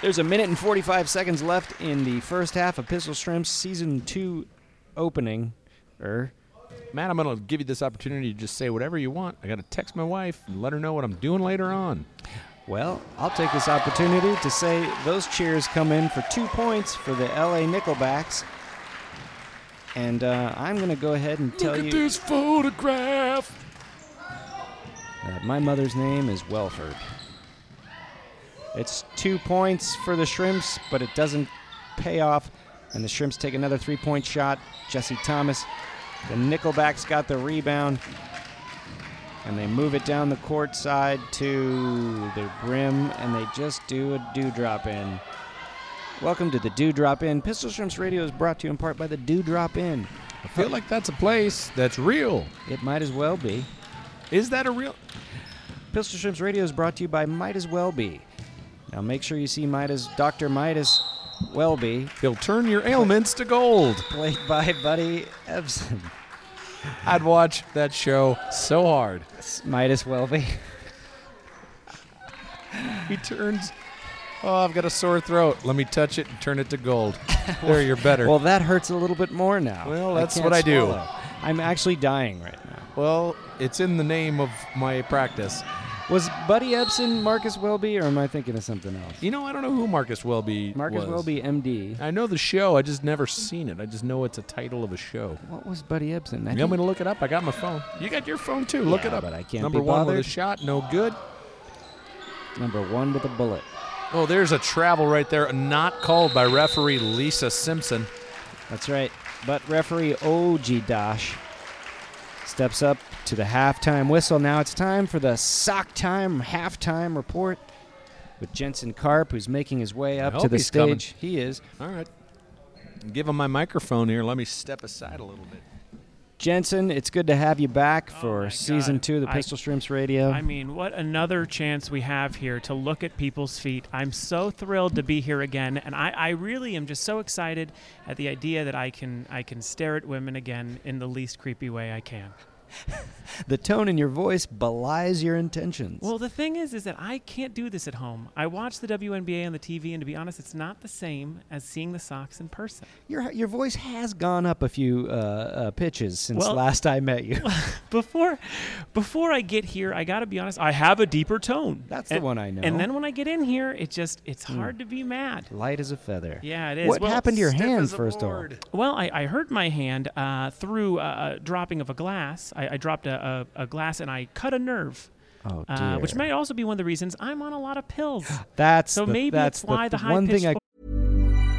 Speaker 1: There's a minute and 45 seconds left in the first half of Pistol Shrimp's season 2 opening. Er,
Speaker 2: Matt, I'm gonna give you this opportunity to just say whatever you want. I gotta text my wife and let her know what I'm doing later on.
Speaker 1: well, I'll take this opportunity to say those cheers come in for two points for the LA Nickelbacks. And uh, I'm going to go ahead and tell you
Speaker 2: photograph.
Speaker 1: that Uh, my mother's name is Welford. It's two points for the Shrimps, but it doesn't pay off. And the Shrimps take another three point shot. Jesse Thomas. The Nickelbacks got the rebound. And they move it down the court side to the brim, and they just do a dewdrop in. Welcome to the Dewdrop In. Pistol Shrimps Radio is brought to you in part by the Dewdrop In.
Speaker 2: I feel like that's a place that's real.
Speaker 1: It might as well be.
Speaker 2: Is that a real?
Speaker 1: Pistol Shrimps Radio is brought to you by Might As Well Be. Now make sure you see Midas, Dr. Midas Wellbe,
Speaker 2: He'll turn your ailments to gold.
Speaker 1: played by Buddy Ebsen.
Speaker 2: I'd watch that show so hard.
Speaker 1: Midas Wellbe.
Speaker 2: He turns. Oh, I've got a sore throat. Let me touch it and turn it to gold. There, you're better.
Speaker 1: Well, that hurts a little bit more now.
Speaker 2: Er Well, that's
Speaker 1: can't
Speaker 2: what I do.
Speaker 1: swallow. I'm actually dying right now.
Speaker 2: Well, it's in the name of my practice.
Speaker 1: Was Buddy Ebsen Marcus Wellbe, or am I thinking of something else?
Speaker 2: You know, I don't know who Marcus Welby
Speaker 1: Marcus
Speaker 2: was.
Speaker 1: Welby, MD.
Speaker 2: I know the show. I just never seen it. I just know it's a title of a show.
Speaker 1: What was Buddy Ebsen? I
Speaker 2: You want me
Speaker 1: think-
Speaker 2: to look it up? I got my phone. You got your phone too. look
Speaker 1: Yeah,
Speaker 2: it up.
Speaker 1: but I can't
Speaker 2: Number
Speaker 1: be
Speaker 2: one with a
Speaker 1: bothered.
Speaker 2: shot, no good.
Speaker 1: number one with a bullet.
Speaker 2: Oh, there's a travel right there, not called by referee Lisa Simpson.
Speaker 1: That's right. But referee Oji Dash steps up to the halftime whistle. Now it's time for the sock time halftime report with Jensen Karp, who's making his way up
Speaker 2: I
Speaker 1: to
Speaker 2: hope
Speaker 1: the
Speaker 2: he's coming.
Speaker 1: stage. He is.
Speaker 2: All right. Give him my microphone here. Let me step aside a little bit.
Speaker 1: Jensen, it's good to have you back for
Speaker 5: Oh my
Speaker 1: season
Speaker 5: God.
Speaker 1: two of the
Speaker 5: I-
Speaker 1: Pistol Shrimps Radio.
Speaker 5: I mean, what another chance we have here to look at people's feet. I'm so thrilled to be here again, and I, I really am just so excited at the idea that I can I can stare at women again in the least creepy way I can.
Speaker 1: the tone in your voice belies your intentions.
Speaker 5: Well, the thing is, is that I can't do this at home. I watch the WNBA on the TV, and to be honest, it's not the same as seeing the Sox in person.
Speaker 1: your your voice has gone up a few uh, uh, pitches since
Speaker 5: Well-
Speaker 1: last I met you.
Speaker 5: Before, before I get here, I gotta be honest. I have a deeper tone.
Speaker 1: That's the
Speaker 5: And-
Speaker 1: one I know.
Speaker 5: And then when I get in here, it just it's hard to be mad.
Speaker 1: Light as a feather.
Speaker 5: Yeah, it is.
Speaker 1: What
Speaker 5: Well,
Speaker 1: happened to your hand, first of all?
Speaker 5: Well, I, I hurt my hand uh, through a, a dropping of a glass. I, I dropped a, a, a glass and I cut a nerve,
Speaker 1: Oh dear.
Speaker 5: uh, which may also be one of the reasons I'm on a lot of pills.
Speaker 1: that's
Speaker 5: so
Speaker 1: the-
Speaker 5: maybe
Speaker 1: that's
Speaker 5: it's why the high
Speaker 1: one thing
Speaker 5: pitched
Speaker 1: I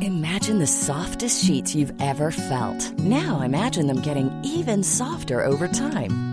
Speaker 6: Imagine the softest sheets you've ever felt. Now imagine them getting even softer over time.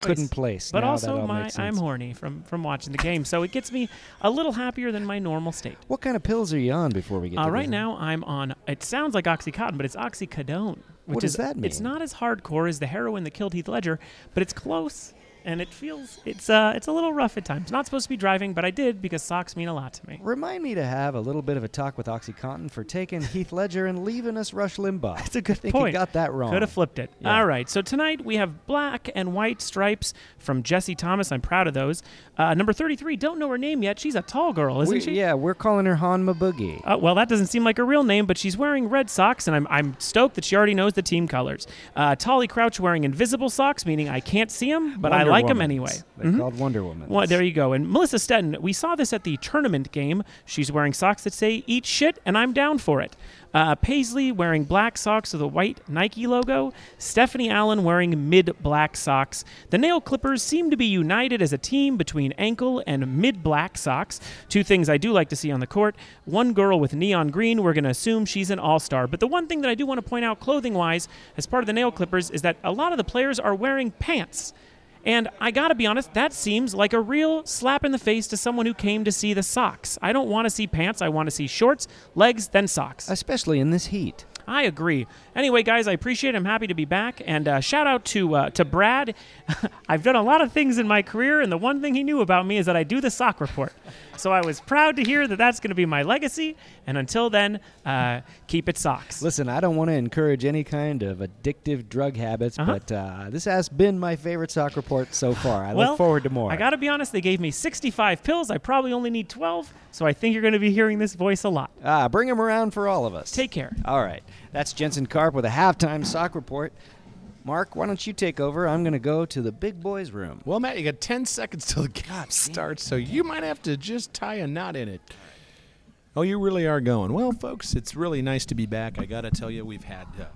Speaker 1: couldn't place.
Speaker 5: But
Speaker 1: Now that
Speaker 5: also,
Speaker 1: all
Speaker 5: my
Speaker 1: makes sense.
Speaker 5: I'm horny from from watching the game, so it gets me a little happier than my normal state.
Speaker 1: What kind of pills are you on before we get?
Speaker 5: Uh,
Speaker 1: to
Speaker 5: right
Speaker 1: this?
Speaker 5: now, I'm on. It sounds like oxycontin, but it's oxycodone. Which
Speaker 1: What does
Speaker 5: is,
Speaker 1: that
Speaker 5: It's
Speaker 1: mean?
Speaker 5: not as hardcore as the heroin that killed Heath Ledger, but it's close, and it feels it's uh it's a little rough at times. Not supposed to be driving, but I did because socks mean a lot to me.
Speaker 1: Remind me to have a little bit of a talk with OxyContin for taking Heath Ledger and leaving us Rush Limbaugh.
Speaker 5: That's a good
Speaker 1: I think
Speaker 5: point.
Speaker 1: You got that wrong.
Speaker 5: Could have flipped it.
Speaker 1: Yeah.
Speaker 5: All right. So tonight we have black and white stripes from Jesse Thomas. I'm proud of those. Uh, number 33. Don't know her name yet. She's a tall girl, isn't
Speaker 1: We-
Speaker 5: she?
Speaker 1: Yeah, we're calling her Hanma Boogie.
Speaker 5: Uh, well, that doesn't seem like a real name, but she's wearing red socks, and I'm, I'm stoked that she already knows the team colors. Uh, Tolly Crouch wearing invisible socks, meaning I can't see them, but I
Speaker 1: Wonder
Speaker 5: like them
Speaker 1: Womans.
Speaker 5: anyway.
Speaker 1: They're called Wonder Woman.
Speaker 5: Well, there you go. And Melissa Stetton, we saw this at the tournament game. She's wearing socks that say "Eat shit," and I'm down for it. Uh, Paisley wearing black socks with a white Nike logo. Stephanie Allen wearing mid-black socks. The nail clippers seem to be united as a team between ankle and mid-black socks. Two things I do like to see on the court. One girl with neon green. We're going to assume she's an all-star. But the one thing that I do want to point out, clothing-wise, as part of the nail clippers, is that a lot of the players are wearing pants. And I gotta be honest, that seems like a real slap in the face to someone who came to see the socks. I don't wanna see pants, I wanna see shorts, legs, then socks.
Speaker 1: Especially in this heat.
Speaker 5: I agree. Anyway, guys, I appreciate it. I'm happy to be back. And uh, shout out to, uh, to Brad. I've done a lot of things in my career, and the one thing he knew about me is that I do the sock report. So I was proud to hear that that's gonna be my legacy. And until then, uh, keep it socks.
Speaker 1: Listen, I don't want to encourage any kind of addictive drug habits,
Speaker 5: Uh-huh.
Speaker 1: but uh, this has been my favorite sock report so far. I look forward to more.
Speaker 5: I gotta be honest, they gave me 65 pills. I probably only need 12, so I think you're gonna be hearing this voice a lot.
Speaker 1: Ah, bring them around for all of us.
Speaker 5: Take care.
Speaker 1: All right. That's Jensen Karp with a halftime sock report. Mark, why don't you take over? I'm going to go to the big boys' room.
Speaker 2: Well, Matt, you got 10 seconds till the game starts, so you might have to just tie a knot in it. Oh, you really are going. Well, folks, it's really nice to be back. I got to tell you, we've had uh,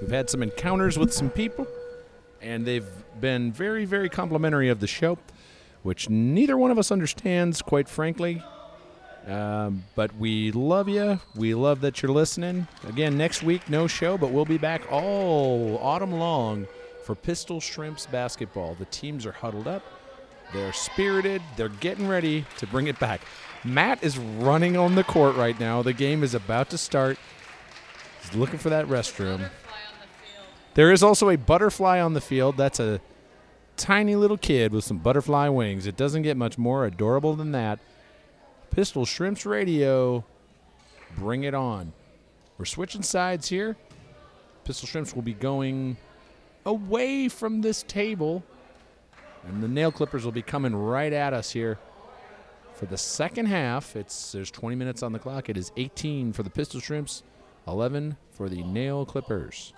Speaker 2: we've had some encounters with some people, and they've been very, very complimentary of the show, which neither one of us understands, quite frankly. Um, but we love you. We love that you're listening. Again, next week, no show, but we'll be back all autumn long for Pistol Shrimps basketball. The teams are huddled up. They're spirited. They're getting ready to bring it back. Matt is running on the court right now. The game is about to start. He's looking for that restroom. There is also a butterfly on the field. That's a tiny little kid with some butterfly wings. It doesn't get much more adorable than that. Pistol Shrimps Radio, bring it on. We're switching sides here. Pistol Shrimps will be going away from this table, and the nail clippers will be coming right at us here for the second half. It's there's 20 minutes on the clock. It is 18 for the Pistol Shrimps, 11 for the nail clippers.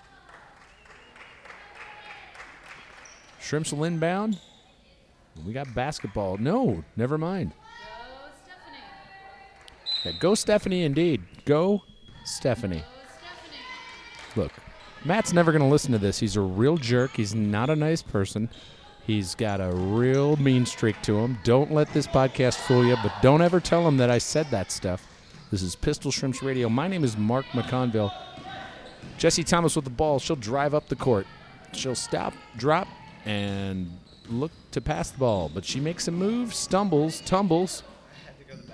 Speaker 2: Shrimps will inbound. We got basketball. No, never mind. Yeah, go Stephanie, indeed. Go Stephanie. Look, Matt's never going to listen to this. He's a real jerk. He's not a nice person. He's got a real mean streak to him. Don't let this podcast fool you, but don't ever tell him that I said that stuff. This is Pistol Shrimps Radio. My name is Mark McConville. Jesse Thomas with the ball. She'll drive up the court. She'll stop, drop, and look to pass the ball, but she makes a move, stumbles, tumbles,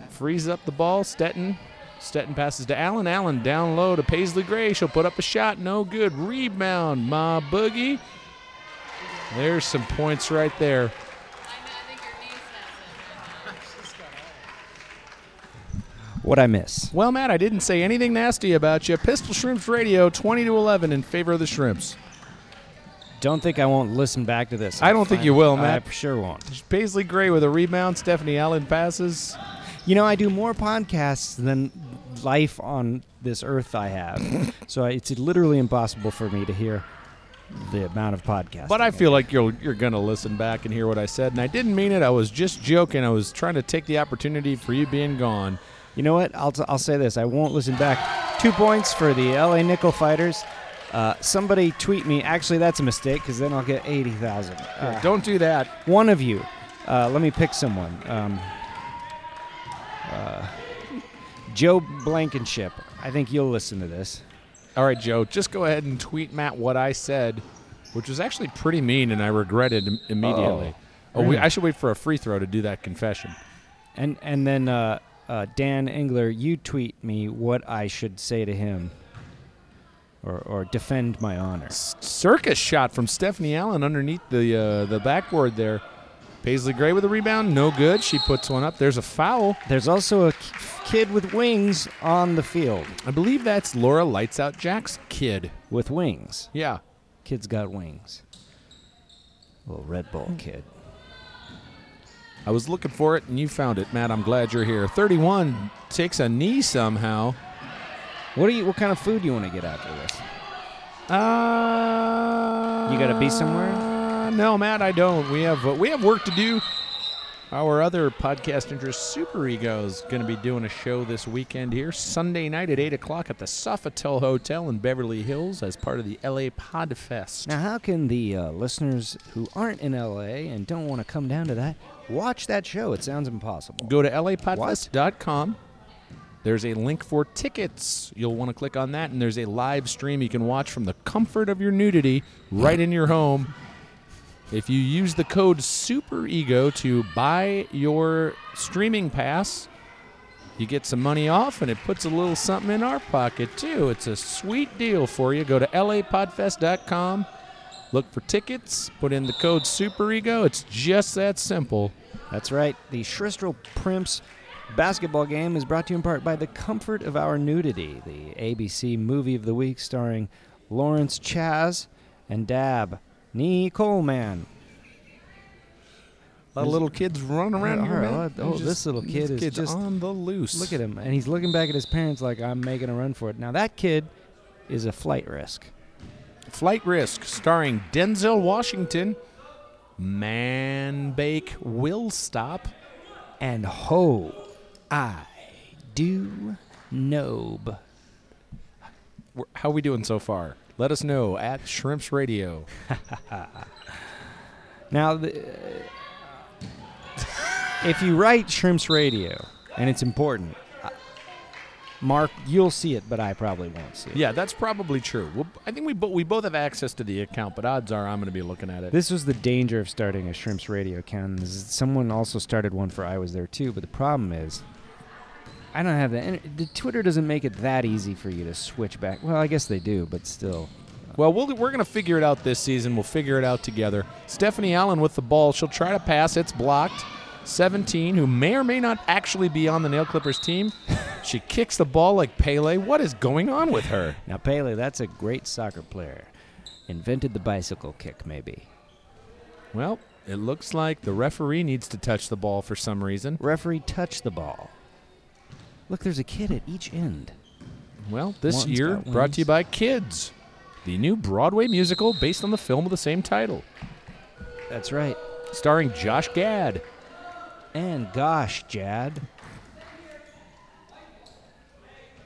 Speaker 2: frees up the ball. Stetton. Stetton passes to Allen. Allen down low to Paisley Gray. She'll put up a shot. No good. Rebound, Ma Boogie. There's some points right there.
Speaker 1: What I miss?
Speaker 2: Well, Matt, I didn't say anything nasty about you. Pistol Shrimps Radio, 20 to 11 in favor of the Shrimps.
Speaker 1: Don't think I won't listen back to this.
Speaker 2: I don't think you will, Matt.
Speaker 1: I sure won't.
Speaker 2: Paisley Gray with a rebound. Stephanie Allen passes.
Speaker 1: You know, I do more podcasts than life on this earth I have, so it's literally impossible for me to hear the amount of podcasts.
Speaker 2: But I
Speaker 1: do.
Speaker 2: feel like you're you're gonna listen back and hear what I said, and I didn't mean it. I was just joking. I was trying to take the opportunity for you being gone.
Speaker 1: You know what? I'll, t- I'll say this. I won't listen back. Two points for the LA Nickel Fighters. Uh, somebody tweet me. Actually, that's a mistake because then I'll get 80,000. Uh,
Speaker 2: Don't do that.
Speaker 1: one of you. Uh, let me pick someone. Um, uh, Joe Blankenship. I think you'll listen to this.
Speaker 2: All right, Joe. Just go ahead and tweet Matt what I said, which was actually pretty mean, and I regretted im- immediately. Oh, we,
Speaker 1: really?
Speaker 2: I should wait for a free throw to do that confession.
Speaker 1: And and then uh, uh, Dan Engler, you tweet me what I should say to him, or or defend my honor.
Speaker 2: S- Circus shot from Stephanie Allen underneath the uh, the backboard there. Paisley Gray with a rebound, no good. She puts one up. There's a foul.
Speaker 1: There's also a k- kid with wings on the field.
Speaker 2: I believe that's Laura Lights Out Jack's kid.
Speaker 1: With wings.
Speaker 2: Yeah.
Speaker 1: Kid's got wings. Little Red Bull kid.
Speaker 2: I was looking for it and you found it, Matt. I'm glad you're here. 31 takes a knee somehow.
Speaker 1: What do you? What kind of food you want to get after this?
Speaker 2: Uh,
Speaker 1: You gotta be somewhere?
Speaker 2: Uh, no, Matt, I don't. We have uh, we have work to do. Our other podcast interest, Super Ego, is going to be doing a show this weekend here, Sunday night at eight o'clock at the Sofitel Hotel in Beverly Hills, as part of the LA Podfest.
Speaker 1: Now, how can the uh, listeners who aren't in LA and don't want to come down to that watch that show? It sounds impossible.
Speaker 2: Go to lapodfest.com. There's a link for tickets. You'll want to click on that, and there's a live stream you can watch from the comfort of your nudity right in your home. If you use the code SUPEREGO to buy your streaming pass, you get some money off, and it puts a little something in our pocket, too. It's a sweet deal for you. Go to lapodfest.com, look for tickets, put in the code SUPEREGO. It's just that simple.
Speaker 1: That's right. The Shristral Primps basketball game is brought to you in part by the comfort of our nudity, the ABC movie of the week starring Lawrence Chaz and Dab Nee Coleman.
Speaker 2: A lot of little kids running around
Speaker 1: Oh,
Speaker 2: here. man.
Speaker 1: a lot- oh,
Speaker 2: They're just-
Speaker 1: this little
Speaker 2: these
Speaker 1: kid is
Speaker 2: kids
Speaker 1: just-
Speaker 2: on the loose.
Speaker 1: Look at him, and he's looking back at his parents like I'm making a run for it. Now that kid is a flight risk.
Speaker 2: Flight Risk, starring Denzel Washington, Man Bake Will Stop.
Speaker 1: And ho, I do knob.
Speaker 2: We're- How we doing so far? Let us know at Shrimps Radio.
Speaker 1: Now, the, uh, if you write Shrimps Radio, and it's important, I- uh, Mark, you'll see it, but I probably won't see it.
Speaker 2: Yeah, that's probably true. Well, I think we bo- we both have access to the account, but odds are I'm going to be looking at it.
Speaker 1: This was the danger of starting a Shrimps radio account. This is- Someone also started one for I Was There Too, but the problem is, I don't have the. ener- The Twitter doesn't make it that easy for you to switch back. Well, I guess they do, but still.
Speaker 2: Well, we'll we're going to figure it out this season. We'll figure it out together. Stephanie Allen with the ball. She'll try to pass. It's blocked. 17, who may or may not actually be on the Nail Clippers team. she kicks the ball like Pele. What is going on with her?
Speaker 1: Now, Pele, that's a great soccer player. Invented the bicycle kick, maybe.
Speaker 2: Well, it looks like the referee needs to touch the ball for some reason.
Speaker 1: Referee touched the ball. Look, there's a kid at each end.
Speaker 2: Well, this
Speaker 1: One's
Speaker 2: year
Speaker 1: got
Speaker 2: brought to you
Speaker 1: wings.
Speaker 2: by Kids, the new Broadway musical based on the film of the same title,
Speaker 1: That's right.
Speaker 2: starring Josh Gad.
Speaker 1: And gosh, Jad.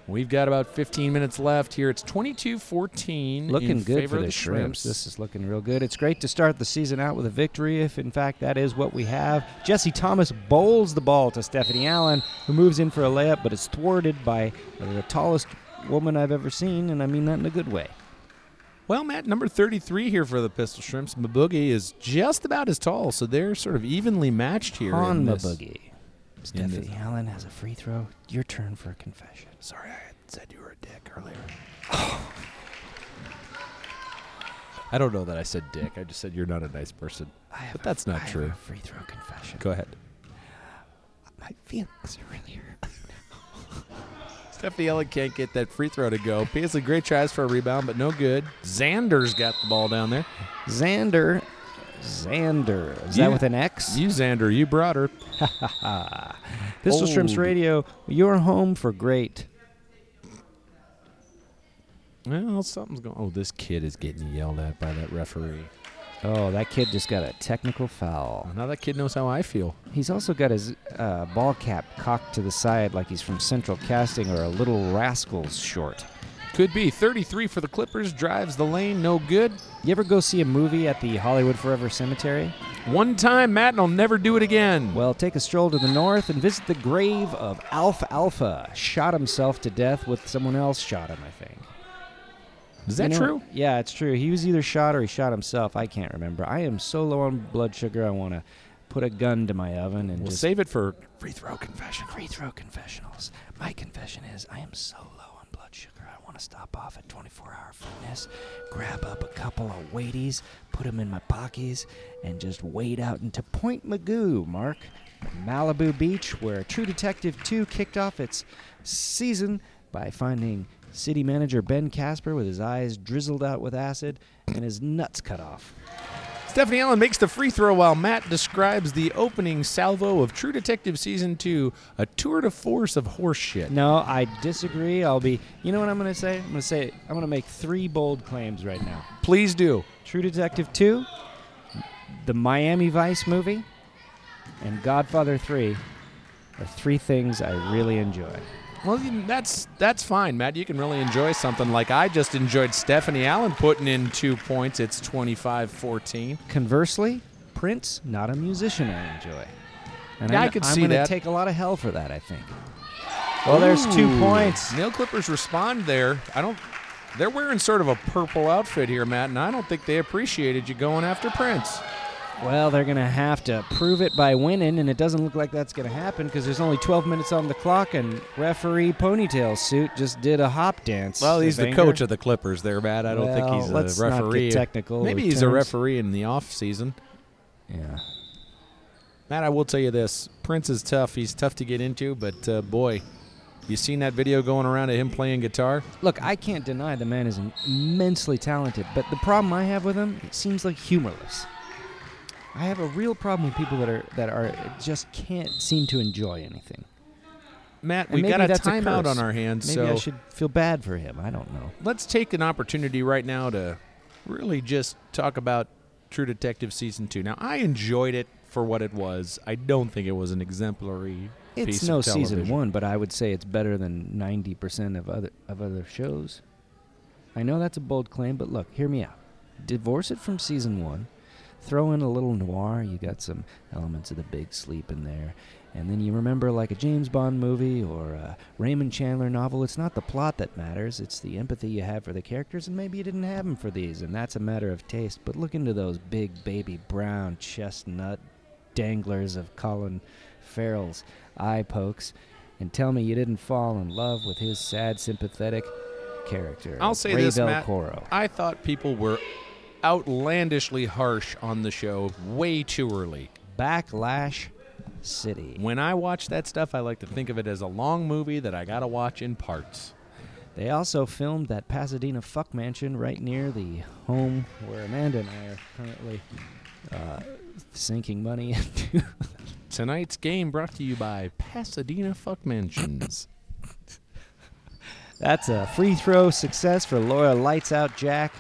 Speaker 2: We've got about 15 minutes left here. It's 22-14
Speaker 1: Looking
Speaker 2: in
Speaker 1: good
Speaker 2: favor
Speaker 1: for
Speaker 2: of
Speaker 1: the,
Speaker 2: the
Speaker 1: shrimps. This is looking real good. It's great to start the season out with a victory, if in fact that is what we have. Jesse Thomas bowls the ball to Stephanie Allen, who moves in for a layup, but is thwarted by the tallest woman I've ever seen, and I mean that in a good way.
Speaker 2: Well, Matt, number 33 here for the Pistol Shrimps. Maboogie is just about as tall, so they're sort of evenly matched here.
Speaker 1: On
Speaker 2: in
Speaker 1: the
Speaker 2: this.
Speaker 1: boogie.
Speaker 2: in this-
Speaker 1: Stephanie Allen has a free throw. Your turn for a confession.
Speaker 2: Sorry, I had said you were a dick earlier. I don't know that I said dick. I just said you're not a nice person.
Speaker 1: I have
Speaker 2: But
Speaker 1: a-
Speaker 2: that's not
Speaker 1: I have
Speaker 2: true.
Speaker 1: a free throw confession.
Speaker 2: Go ahead.
Speaker 1: My feelings are really hurt.
Speaker 2: Stephanie Ellen can't get that free throw to go. Paisley, great tries for a rebound, but no good. Xander's got the ball down there.
Speaker 1: Xander. Xander. Is
Speaker 2: You-
Speaker 1: that with an X?
Speaker 2: You, Xander, you brought her.
Speaker 1: Pistol Shrimps
Speaker 2: Old.
Speaker 1: Radio, your home for great.
Speaker 2: Well, something's going. Oh, this kid is getting yelled at by that referee.
Speaker 1: Oh, that kid just got a technical foul.
Speaker 2: Well, now that kid knows how I feel.
Speaker 1: He's also got his uh, ball cap cocked to the side like he's from Central Casting or a Little Rascals short.
Speaker 2: Could be 33 for the Clippers. Drives the lane, no good.
Speaker 1: You ever go see a movie at the Hollywood Forever Cemetery?
Speaker 2: One time, Matt, and I'll never do it again.
Speaker 1: Well, take a stroll to the north and visit the grave of Alf Alpha. Shot himself to death with someone else shot him, I think.
Speaker 2: is that
Speaker 1: You know-
Speaker 2: true?
Speaker 1: Yeah, it's true. He was either shot or he shot himself. I can't remember. I am so low on blood sugar. I want to put a gun to my oven and
Speaker 2: We'll
Speaker 1: just
Speaker 2: save it for free throw confession.
Speaker 1: free throw confessionals. My confession is I am so low on blood sugar. I want to stop off at 24 hour fitness, grab up a couple of weighties, put them in my pockets, and just wade out into Point Magoo, Mark. Malibu Beach, where True Detective 2 kicked off its season by finding city manager Ben Casper with his eyes drizzled out with acid and his nuts cut off.
Speaker 2: Stephanie Allen makes the free throw while Matt describes the opening salvo of True Detective Season 2, a tour de force of horseshit.
Speaker 1: No, I disagree. I'll be. You know what I'm going to say? I'm going to say I'm going to make three bold claims right now.
Speaker 2: Please do.
Speaker 1: True Detective 2, the Miami Vice movie, and Godfather 3 are three things I really enjoy.
Speaker 2: Well, you- that's that's fine, Matt. You can really enjoy something like I just enjoyed Stephanie Allen putting in two points. It's 25-14.
Speaker 1: Conversely, Prince, not a musician I enjoy. And
Speaker 2: Yeah,
Speaker 1: I'm,
Speaker 2: I could
Speaker 1: I'm
Speaker 2: see
Speaker 1: gonna
Speaker 2: that.
Speaker 1: take a lot of hell for that, I think. Well, there's two
Speaker 2: Ooh.
Speaker 1: points.
Speaker 2: Nail Clippers respond there. I don't. They're wearing sort of a purple outfit here, Matt, and I don't think they appreciated you going after Prince.
Speaker 1: Well, they're going to have to prove it by winning, and it doesn't look like that's going to happen because there's only 12 minutes on the clock, and referee Ponytail Suit just did a hop dance. anger.
Speaker 2: of the Clippers there, Matt. I
Speaker 1: don't think Well, he's a let's not get referee. technical
Speaker 2: Maybe
Speaker 1: with
Speaker 2: he's a
Speaker 1: terms.
Speaker 2: referee in the off season.
Speaker 1: Yeah.
Speaker 2: Matt, I will tell you this: Prince is tough. He's tough to get into, but uh, boy, you seen that video going around of him playing guitar?
Speaker 1: Look, I can't deny the man is immensely talented, but the problem I have with him, it seems like humorless. I have a real problem with people that are that are just can't seem to enjoy anything.
Speaker 2: Matt,
Speaker 1: And
Speaker 2: we've
Speaker 1: maybe
Speaker 2: got a
Speaker 1: that's
Speaker 2: timeout
Speaker 1: curse.
Speaker 2: on our hands,
Speaker 1: Maybe
Speaker 2: so
Speaker 1: I should feel bad for him. I don't know.
Speaker 2: let's take an opportunity right now to really just talk about True Detective season two. Now, I enjoyed it for what it was. I don't think it was an exemplary.
Speaker 1: It's
Speaker 2: piece
Speaker 1: no
Speaker 2: of
Speaker 1: season
Speaker 2: television.
Speaker 1: one, but I would say it's better than ninety percent of other of other shows. I know that's a bold claim, but look, hear me out. Divorce it from season one. Throw in a little noir. You got some elements of the big sleep in there, And then you remember, like a James Bond movie or a Raymond Chandler novel, it's not the plot that matters, it's the empathy you have for the characters, and maybe you didn't have them for these, and that's a matter of taste. But look into those big, baby, brown, chestnut danglers of Colin Farrell's eye pokes and tell me you didn't fall in love with his sad, sympathetic character.
Speaker 2: I'll
Speaker 1: like
Speaker 2: say
Speaker 1: Ray
Speaker 2: this, Matt.
Speaker 1: Velcoro.
Speaker 2: I thought people were outlandishly harsh on the show way too early.
Speaker 1: Backlash City.
Speaker 2: When I watch that stuff, I like to think of it as a long movie that I got to watch in parts.
Speaker 1: They also filmed that Pasadena fuck mansion right near the home where Amanda and I are currently uh, sinking money into.
Speaker 2: Tonight's game brought to you by Pasadena Fuck Mansions.
Speaker 1: That's a free throw success for Laura Lights Out Jack.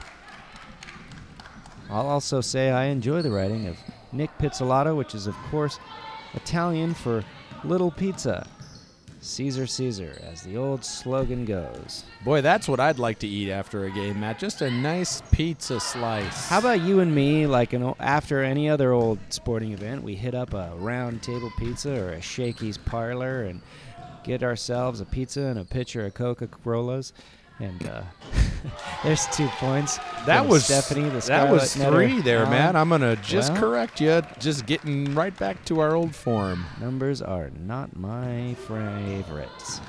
Speaker 1: I'll also say I enjoy the writing of Nick Pizzolatto, which is, of course, Italian for little pizza. Caesar, Caesar, as the old slogan goes.
Speaker 2: Boy, that's what I'd like to eat after a game, Matt. Just a nice pizza slice.
Speaker 1: How about you and me, like an, o- after any other old sporting event, we hit up a round table pizza or a Shakey's parlor and get ourselves a pizza and a pitcher of Coca Cola's. And uh, there's two points.
Speaker 2: that
Speaker 1: from
Speaker 2: was
Speaker 1: Stephanie. The
Speaker 2: that was
Speaker 1: Scarlet Uh-huh. Netter
Speaker 2: three there,
Speaker 1: Allen.
Speaker 2: Matt. I'm gonna just
Speaker 1: Well-
Speaker 2: correct you. Just getting right back to our old form.
Speaker 1: Numbers are not my favorites.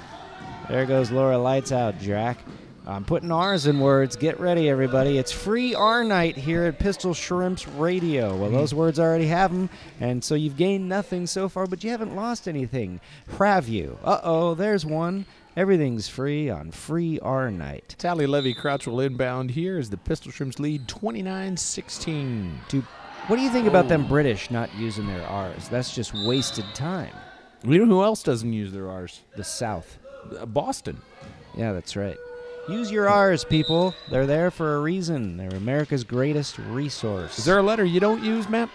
Speaker 1: There goes Laura Lights Out, Jack. I'm putting R's in words. Get ready, everybody. It's free R night here at Pistol Shrimps Radio. Well, those words already have them, and so you've gained nothing so far, but you haven't lost anything, have you? Uh oh, there's one. Everything's free on free R night.
Speaker 2: Tally Levy Crouch will inbound here as the Pistol Shrimps lead 29-16.
Speaker 1: To, what do you think about them British not using their R's? That's just wasted time.
Speaker 2: You know who else doesn't use their R's?
Speaker 1: The South.
Speaker 2: Uh, Boston.
Speaker 1: Yeah, that's right. Use your R's, people. They're there for a reason. They're America's greatest resource.
Speaker 2: Is there a letter you don't use, Matt?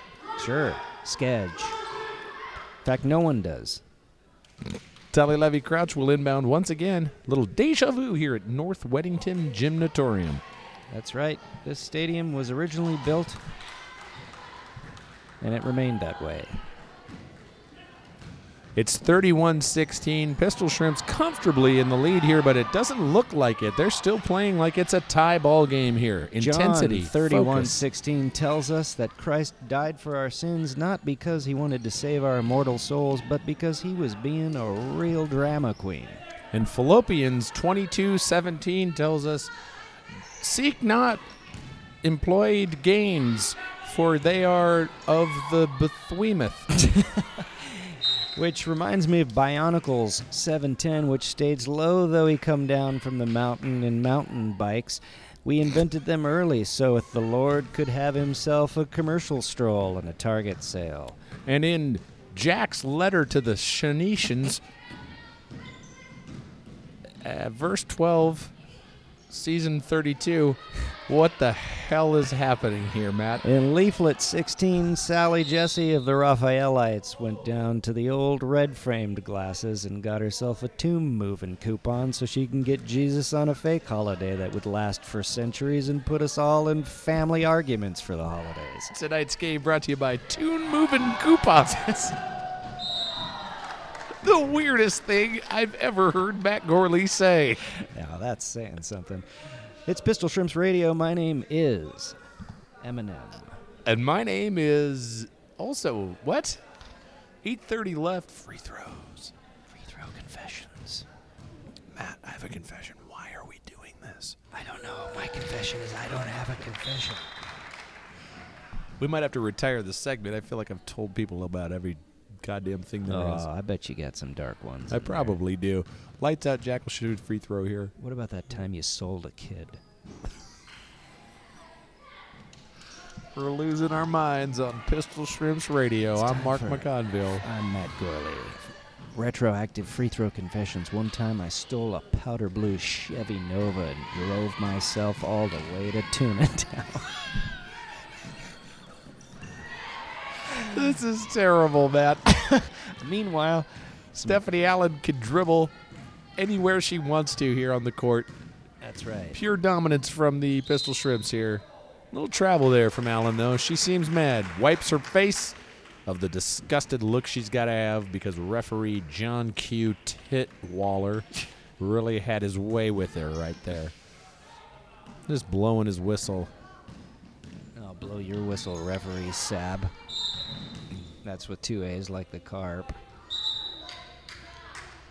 Speaker 1: Sure. Sketch. In fact, no one does.
Speaker 2: Tally Levy Crouch will inbound once again. Little deja vu here at North Weddington Gymnatorium.
Speaker 1: That's right. This stadium was originally built, and it remained that way.
Speaker 2: It's 31 16. Pistol Shrimps comfortably in the lead here, but it doesn't look like it. They're still playing like it's a tie ball game here. Intensity.
Speaker 1: John 31
Speaker 2: focus.
Speaker 1: 16 tells us that Christ died for our sins not because he wanted to save our immortal souls, but because he was being a real drama queen.
Speaker 2: And Philippians 22 17 tells us seek not employed gains, for they are of the behemoth.
Speaker 1: Which reminds me of Bionicles 710, which states, Low though he come down from the mountain in mountain bikes, we invented them early so if the Lord could have himself a commercial stroll and a Target sale.
Speaker 2: and in Jack's letter to the Shanetians, uh, verse 12, season 32, what the hell is happening here, Matt?
Speaker 1: In Leaflet 16, Sally Jesse of the Raphaelites went down to the old red framed glasses and got herself a tomb moving coupon so she can get Jesus on a fake holiday that would last for centuries and put us all in family arguments for the holidays.
Speaker 2: Tonight's game brought to you by Tune Moving Coupons. the weirdest thing I've ever heard Matt Gorley say.
Speaker 1: Now that's saying something. It's Pistol Shrimps Radio. My name is Eminem.
Speaker 2: And my name is also what? 8:30 left free throws.
Speaker 1: Free throw confessions.
Speaker 2: Matt, I have a confession. Why are we doing this?
Speaker 1: I don't know. My confession is I don't have a confession.
Speaker 2: We might have to retire the segment. I feel like I've told people about every goddamn thing there is.
Speaker 1: Oh, I bet you got some dark ones.
Speaker 2: I
Speaker 1: in there.
Speaker 2: probably do. Lights out. Jack will shoot a free throw here.
Speaker 1: What about that time you sold a kid?
Speaker 2: We're losing our minds on Pistol Shrimps Radio. I'm
Speaker 1: time
Speaker 2: Mark
Speaker 1: for-
Speaker 2: McConville.
Speaker 1: I'm Matt Gorley. Retroactive free throw confessions. One time I stole a powder blue Chevy Nova and drove myself all the way to Tuna Town.
Speaker 2: This is terrible, Matt.
Speaker 1: Meanwhile,
Speaker 2: Stephanie Allen can dribble anywhere she wants to here on the court.
Speaker 1: that's right.
Speaker 2: Pure dominance from the Pistol Shrimps here. Little travel there from Allen, though. She seems mad. Wipes her face, of the disgusted look she's got to have because referee John Q. Titwaller really had his way with her right there. Just blowing his whistle.
Speaker 1: I'll blow your whistle, referee Sab. That's with two A's, like the carp.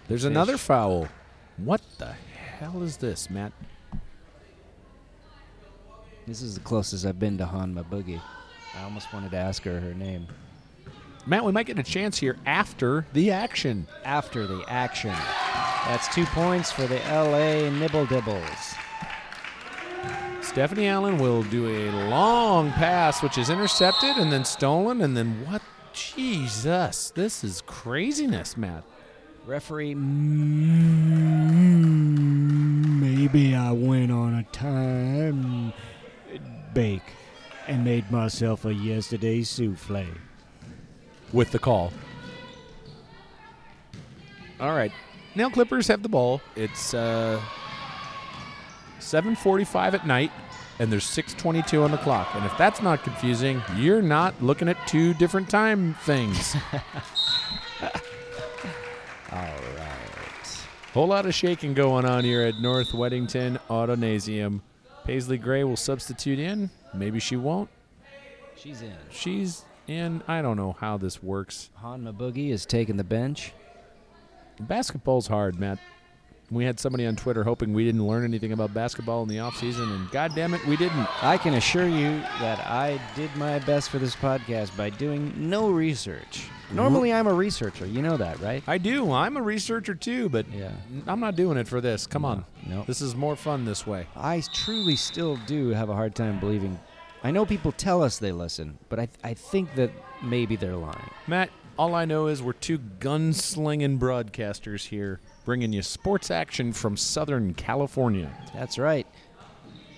Speaker 2: There's another foul. What the hell is this, Matt?
Speaker 1: This is the closest I've been to Hanma Boogie. I almost wanted to ask her her name.
Speaker 2: Matt, we might get a chance here after the action.
Speaker 1: After the action. That's two points for the LA Nibble Dibbles.
Speaker 2: Stephanie Allen will do a long pass, which is intercepted and then stolen, and then what? Jesus, this is craziness, Matt.
Speaker 1: Referee
Speaker 4: Maybe I went on a time bake and made myself a yesterday souffle.
Speaker 2: with the call. All right. Now Clippers have the ball. It's uh, 7:45 at night, and there's 6:22 on the clock. And if that's not confusing, you're not looking at two different time things. All right. Whole lot of shaking going on here at North Weddington Autonasium. Paisley Gray will substitute in. Maybe she won't.
Speaker 1: She's in.
Speaker 2: She's in. I don't know how this works.
Speaker 1: Hanma Boogie is taking the bench.
Speaker 2: Basketball's hard, Matt. We had somebody on Twitter hoping we didn't learn anything about basketball in the offseason, and god damn it, we didn't.
Speaker 1: I can assure you that I did my best for this podcast by doing no research. Normally, I'm a researcher. You know that, right?
Speaker 2: I do. I'm a researcher too, but
Speaker 1: Yeah.
Speaker 2: I'm not doing it for this. Come on.
Speaker 1: no.
Speaker 2: This is more fun this way.
Speaker 1: I truly still do have a hard time believing. I know people tell us they listen, but I, I think that maybe they're lying.
Speaker 2: Matt, all I know is we're two gunslinging broadcasters here bringing you sports action from Southern California.
Speaker 1: That's right.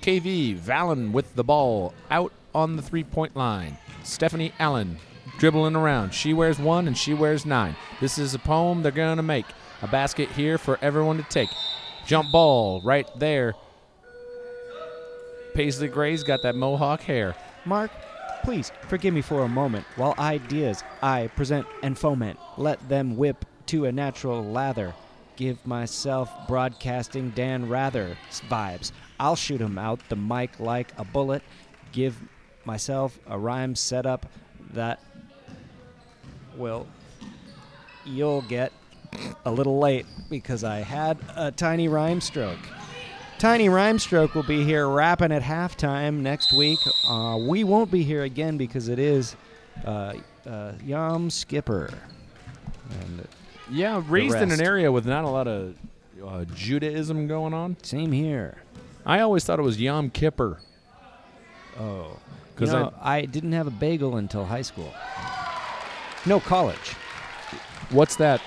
Speaker 2: KV Valen with the ball out on the three point line. Stephanie Allen dribbling around. She wears one and she wears nine. This is a poem they're going to make. A basket here for everyone to take. Jump ball right there. Paisley Gray's got that mohawk hair.
Speaker 1: Mark, please forgive me for a moment while ideas I present and foment. Let them whip to a natural lather. Give myself broadcasting Dan Rather vibes. I'll shoot 'em out the mic like a bullet. Give myself a rhyme setup that will you'll get a little late because I had a tiny rhyme stroke. Tiny Rhyme Stroke will be here rapping at halftime next week. Uh, we won't be here again because it is uh, uh, Yom Skipper. And
Speaker 2: Yeah, raised in
Speaker 1: rest.
Speaker 2: an area with not a lot of uh, Judaism going on.
Speaker 1: same here.
Speaker 2: I always thought it was Yom Kippur.
Speaker 1: Oh,
Speaker 2: 'Cause
Speaker 1: you know, I, didn't have a bagel until high school. No college.
Speaker 2: What's that?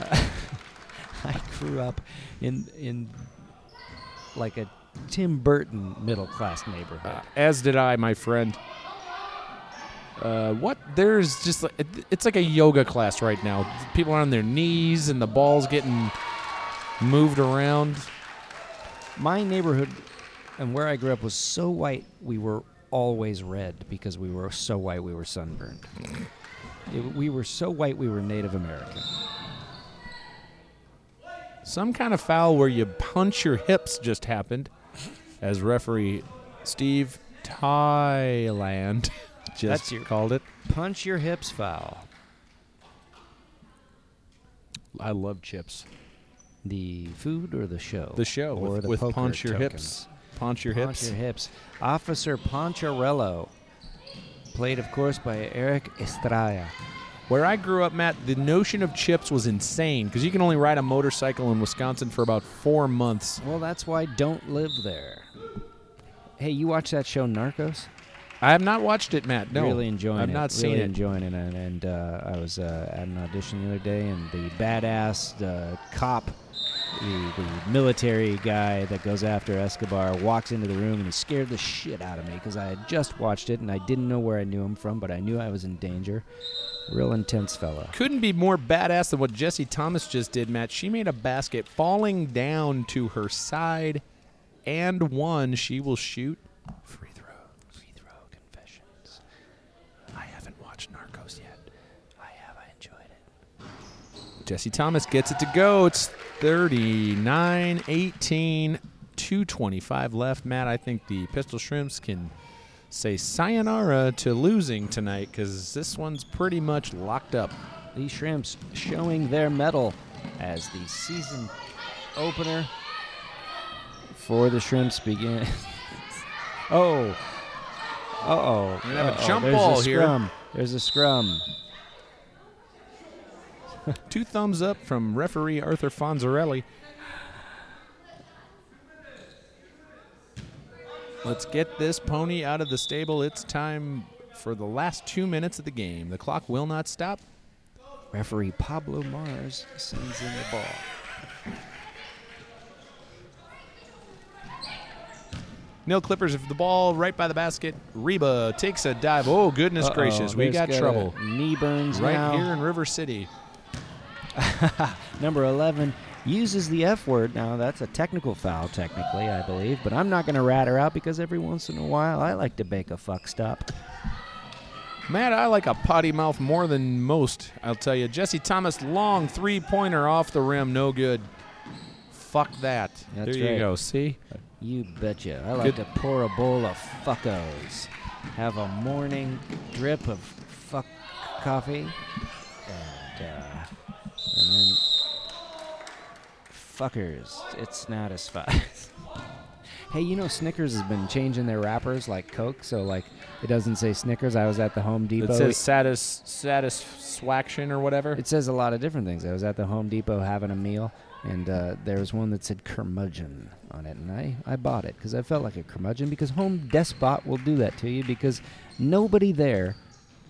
Speaker 1: I grew up in in like a Tim Burton middle class neighborhood.
Speaker 2: Uh, as did I, my friend. Uh, what? There's just like it- it's like a yoga class right now. People are on their knees and the ball's getting moved around.
Speaker 1: my neighborhood and where I grew up was so white, we were always red because we were so white we were sunburned. It- we were so white we were Native American.
Speaker 2: Some kind of foul where you punch your hips just happened, as referee Steve Thailand just
Speaker 1: That's your-
Speaker 2: called it.
Speaker 1: Punch your hips foul.
Speaker 2: I love chips.
Speaker 1: The food or the show?
Speaker 2: The show
Speaker 1: or
Speaker 2: with,
Speaker 1: the
Speaker 2: with
Speaker 1: poker
Speaker 2: punch your
Speaker 1: token.
Speaker 2: hips. Punch your
Speaker 1: Ponch
Speaker 2: hips.
Speaker 1: your hips. Officer Poncharello, played of course by Eric Estrada.
Speaker 2: Where I grew up, Matt, the notion of chips was insane because you can only ride a motorcycle in Wisconsin for about four months.
Speaker 1: Well, that's why I don't live there. Hey, you watch that show Narcos?
Speaker 2: I have not watched it, Matt. No,
Speaker 1: really enjoying
Speaker 2: I've
Speaker 1: it.
Speaker 2: not seen
Speaker 1: really
Speaker 2: it.
Speaker 1: enjoying it, and, and uh, I was uh, at an audition the other day, and the badass uh, cop, the, the military guy that goes after Escobar, walks into the room, and he scared the shit out of me because I had just watched it, and I didn't know where I knew him from, but I knew I was in danger. Real intense fella.
Speaker 2: Couldn't be more badass than what Jesse Thomas just did, Matt. She made a basket falling down to her side, and one she will shoot free throw. Free throw confessions. I haven't watched Narcos yet. Jesse Thomas gets it to go. It's 39 18, 225 left. Matt, I think the Pistol Shrimps can say sayonara to losing tonight because this one's pretty much locked up.
Speaker 1: These shrimps showing their mettle as the season opener for the shrimps begin. oh, uh oh,
Speaker 2: We're gonna have a jump
Speaker 1: there's
Speaker 2: ball
Speaker 1: a
Speaker 2: here.
Speaker 1: scrum. There's a scrum.
Speaker 2: Two thumbs up from referee Arthur Fonzarelli. Let's get this pony out of the stable. It's time for the last two minutes of the game. The clock will not stop.
Speaker 1: Referee Pablo Mars sends in the ball.
Speaker 2: Nil Clippers of the ball right by the basket. Reba takes a dive. Oh, goodness
Speaker 1: Uh-oh,
Speaker 2: gracious. We
Speaker 1: there's
Speaker 2: got
Speaker 1: gotta-
Speaker 2: trouble.
Speaker 1: Knee burns
Speaker 2: Right
Speaker 1: now.
Speaker 2: here in River City.
Speaker 1: Number 11 uses the F word. Now, that's a technical foul, technically, I believe, but I'm not going to rat her out because every once in a while I like to bake a fuck stop.
Speaker 2: Matt, I like a potty mouth more than most, I'll tell you. Jesse Thomas, long three pointer off the rim. No good. Fuck that.
Speaker 1: That's
Speaker 2: there you
Speaker 1: right.
Speaker 2: go. See?
Speaker 1: You betcha. I like
Speaker 2: Good-
Speaker 1: to pour a bowl of fuckos, have a morning drip of fuck coffee, and, uh, and then fuckers. It satisfies. hey, you know Snickers has been changing their wrappers like Coke, so like it doesn't say Snickers. I was at the Home Depot.
Speaker 2: It says satis- satisfaction or whatever.
Speaker 1: It says a lot of different things. I was at the Home Depot having a meal, and uh, there was one that said curmudgeon on it, and I, I bought it because I felt like a curmudgeon because Home Despot will do that to you because nobody there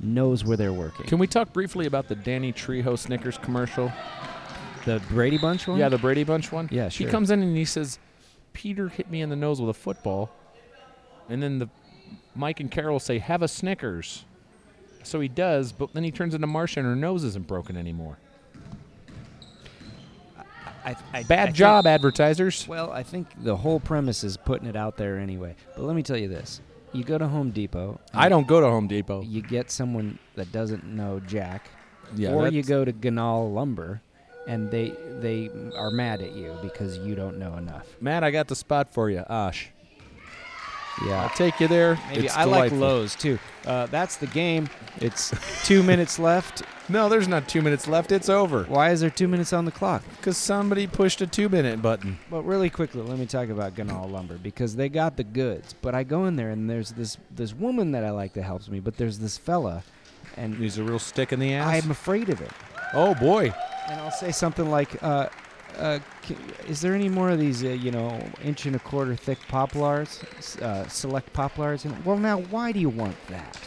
Speaker 1: knows where they're working.
Speaker 2: Can we talk briefly about the Danny Trejo Snickers commercial?
Speaker 1: the Brady Bunch one?
Speaker 2: Yeah, the Brady Bunch one.
Speaker 1: Yeah,
Speaker 2: He
Speaker 1: sure.
Speaker 2: comes in and he says, "Peter hit me in the nose with a football," and then the Mike and Carol say, "Have a Snickers." So he does, but then he turns into Marcia, and her nose isn't broken anymore.
Speaker 1: I, I- I
Speaker 2: Bad
Speaker 1: think-
Speaker 2: job, advertisers.
Speaker 1: Well, I think the whole premise is putting it out there anyway. But let me tell you this. You go to Home Depot. and
Speaker 2: I don't go to Home Depot.
Speaker 1: You get someone that doesn't know Jack.
Speaker 2: Yeah,
Speaker 1: or
Speaker 2: that's-
Speaker 1: you go to Ganal Lumber, and they they are mad at you because you don't know enough.
Speaker 2: Matt, I got the spot for you. Osh, I'll
Speaker 1: Yeah,
Speaker 2: take you there.
Speaker 1: maybe
Speaker 2: It's
Speaker 1: I like
Speaker 2: delightful.
Speaker 1: Lowe's too. Uh, that's the game. It's two minutes left.
Speaker 2: No, there's not two minutes left. It's over
Speaker 1: Why is there two minutes on the clock?
Speaker 2: because somebody pushed a two-minute button.
Speaker 1: But really quickly, let me talk about Ganal Lumber because they got the goods. But I go in there and there's this this woman that I like that helps me, but there's this fella, and
Speaker 2: He's a real stick in the ass.
Speaker 1: I'm afraid of it.
Speaker 2: oh boy.
Speaker 1: And I'll say something like, uh, uh, c- "Is there any more of these, uh, you know, inch and a quarter thick poplars, s- uh, select poplars?" And well, now why do you want that?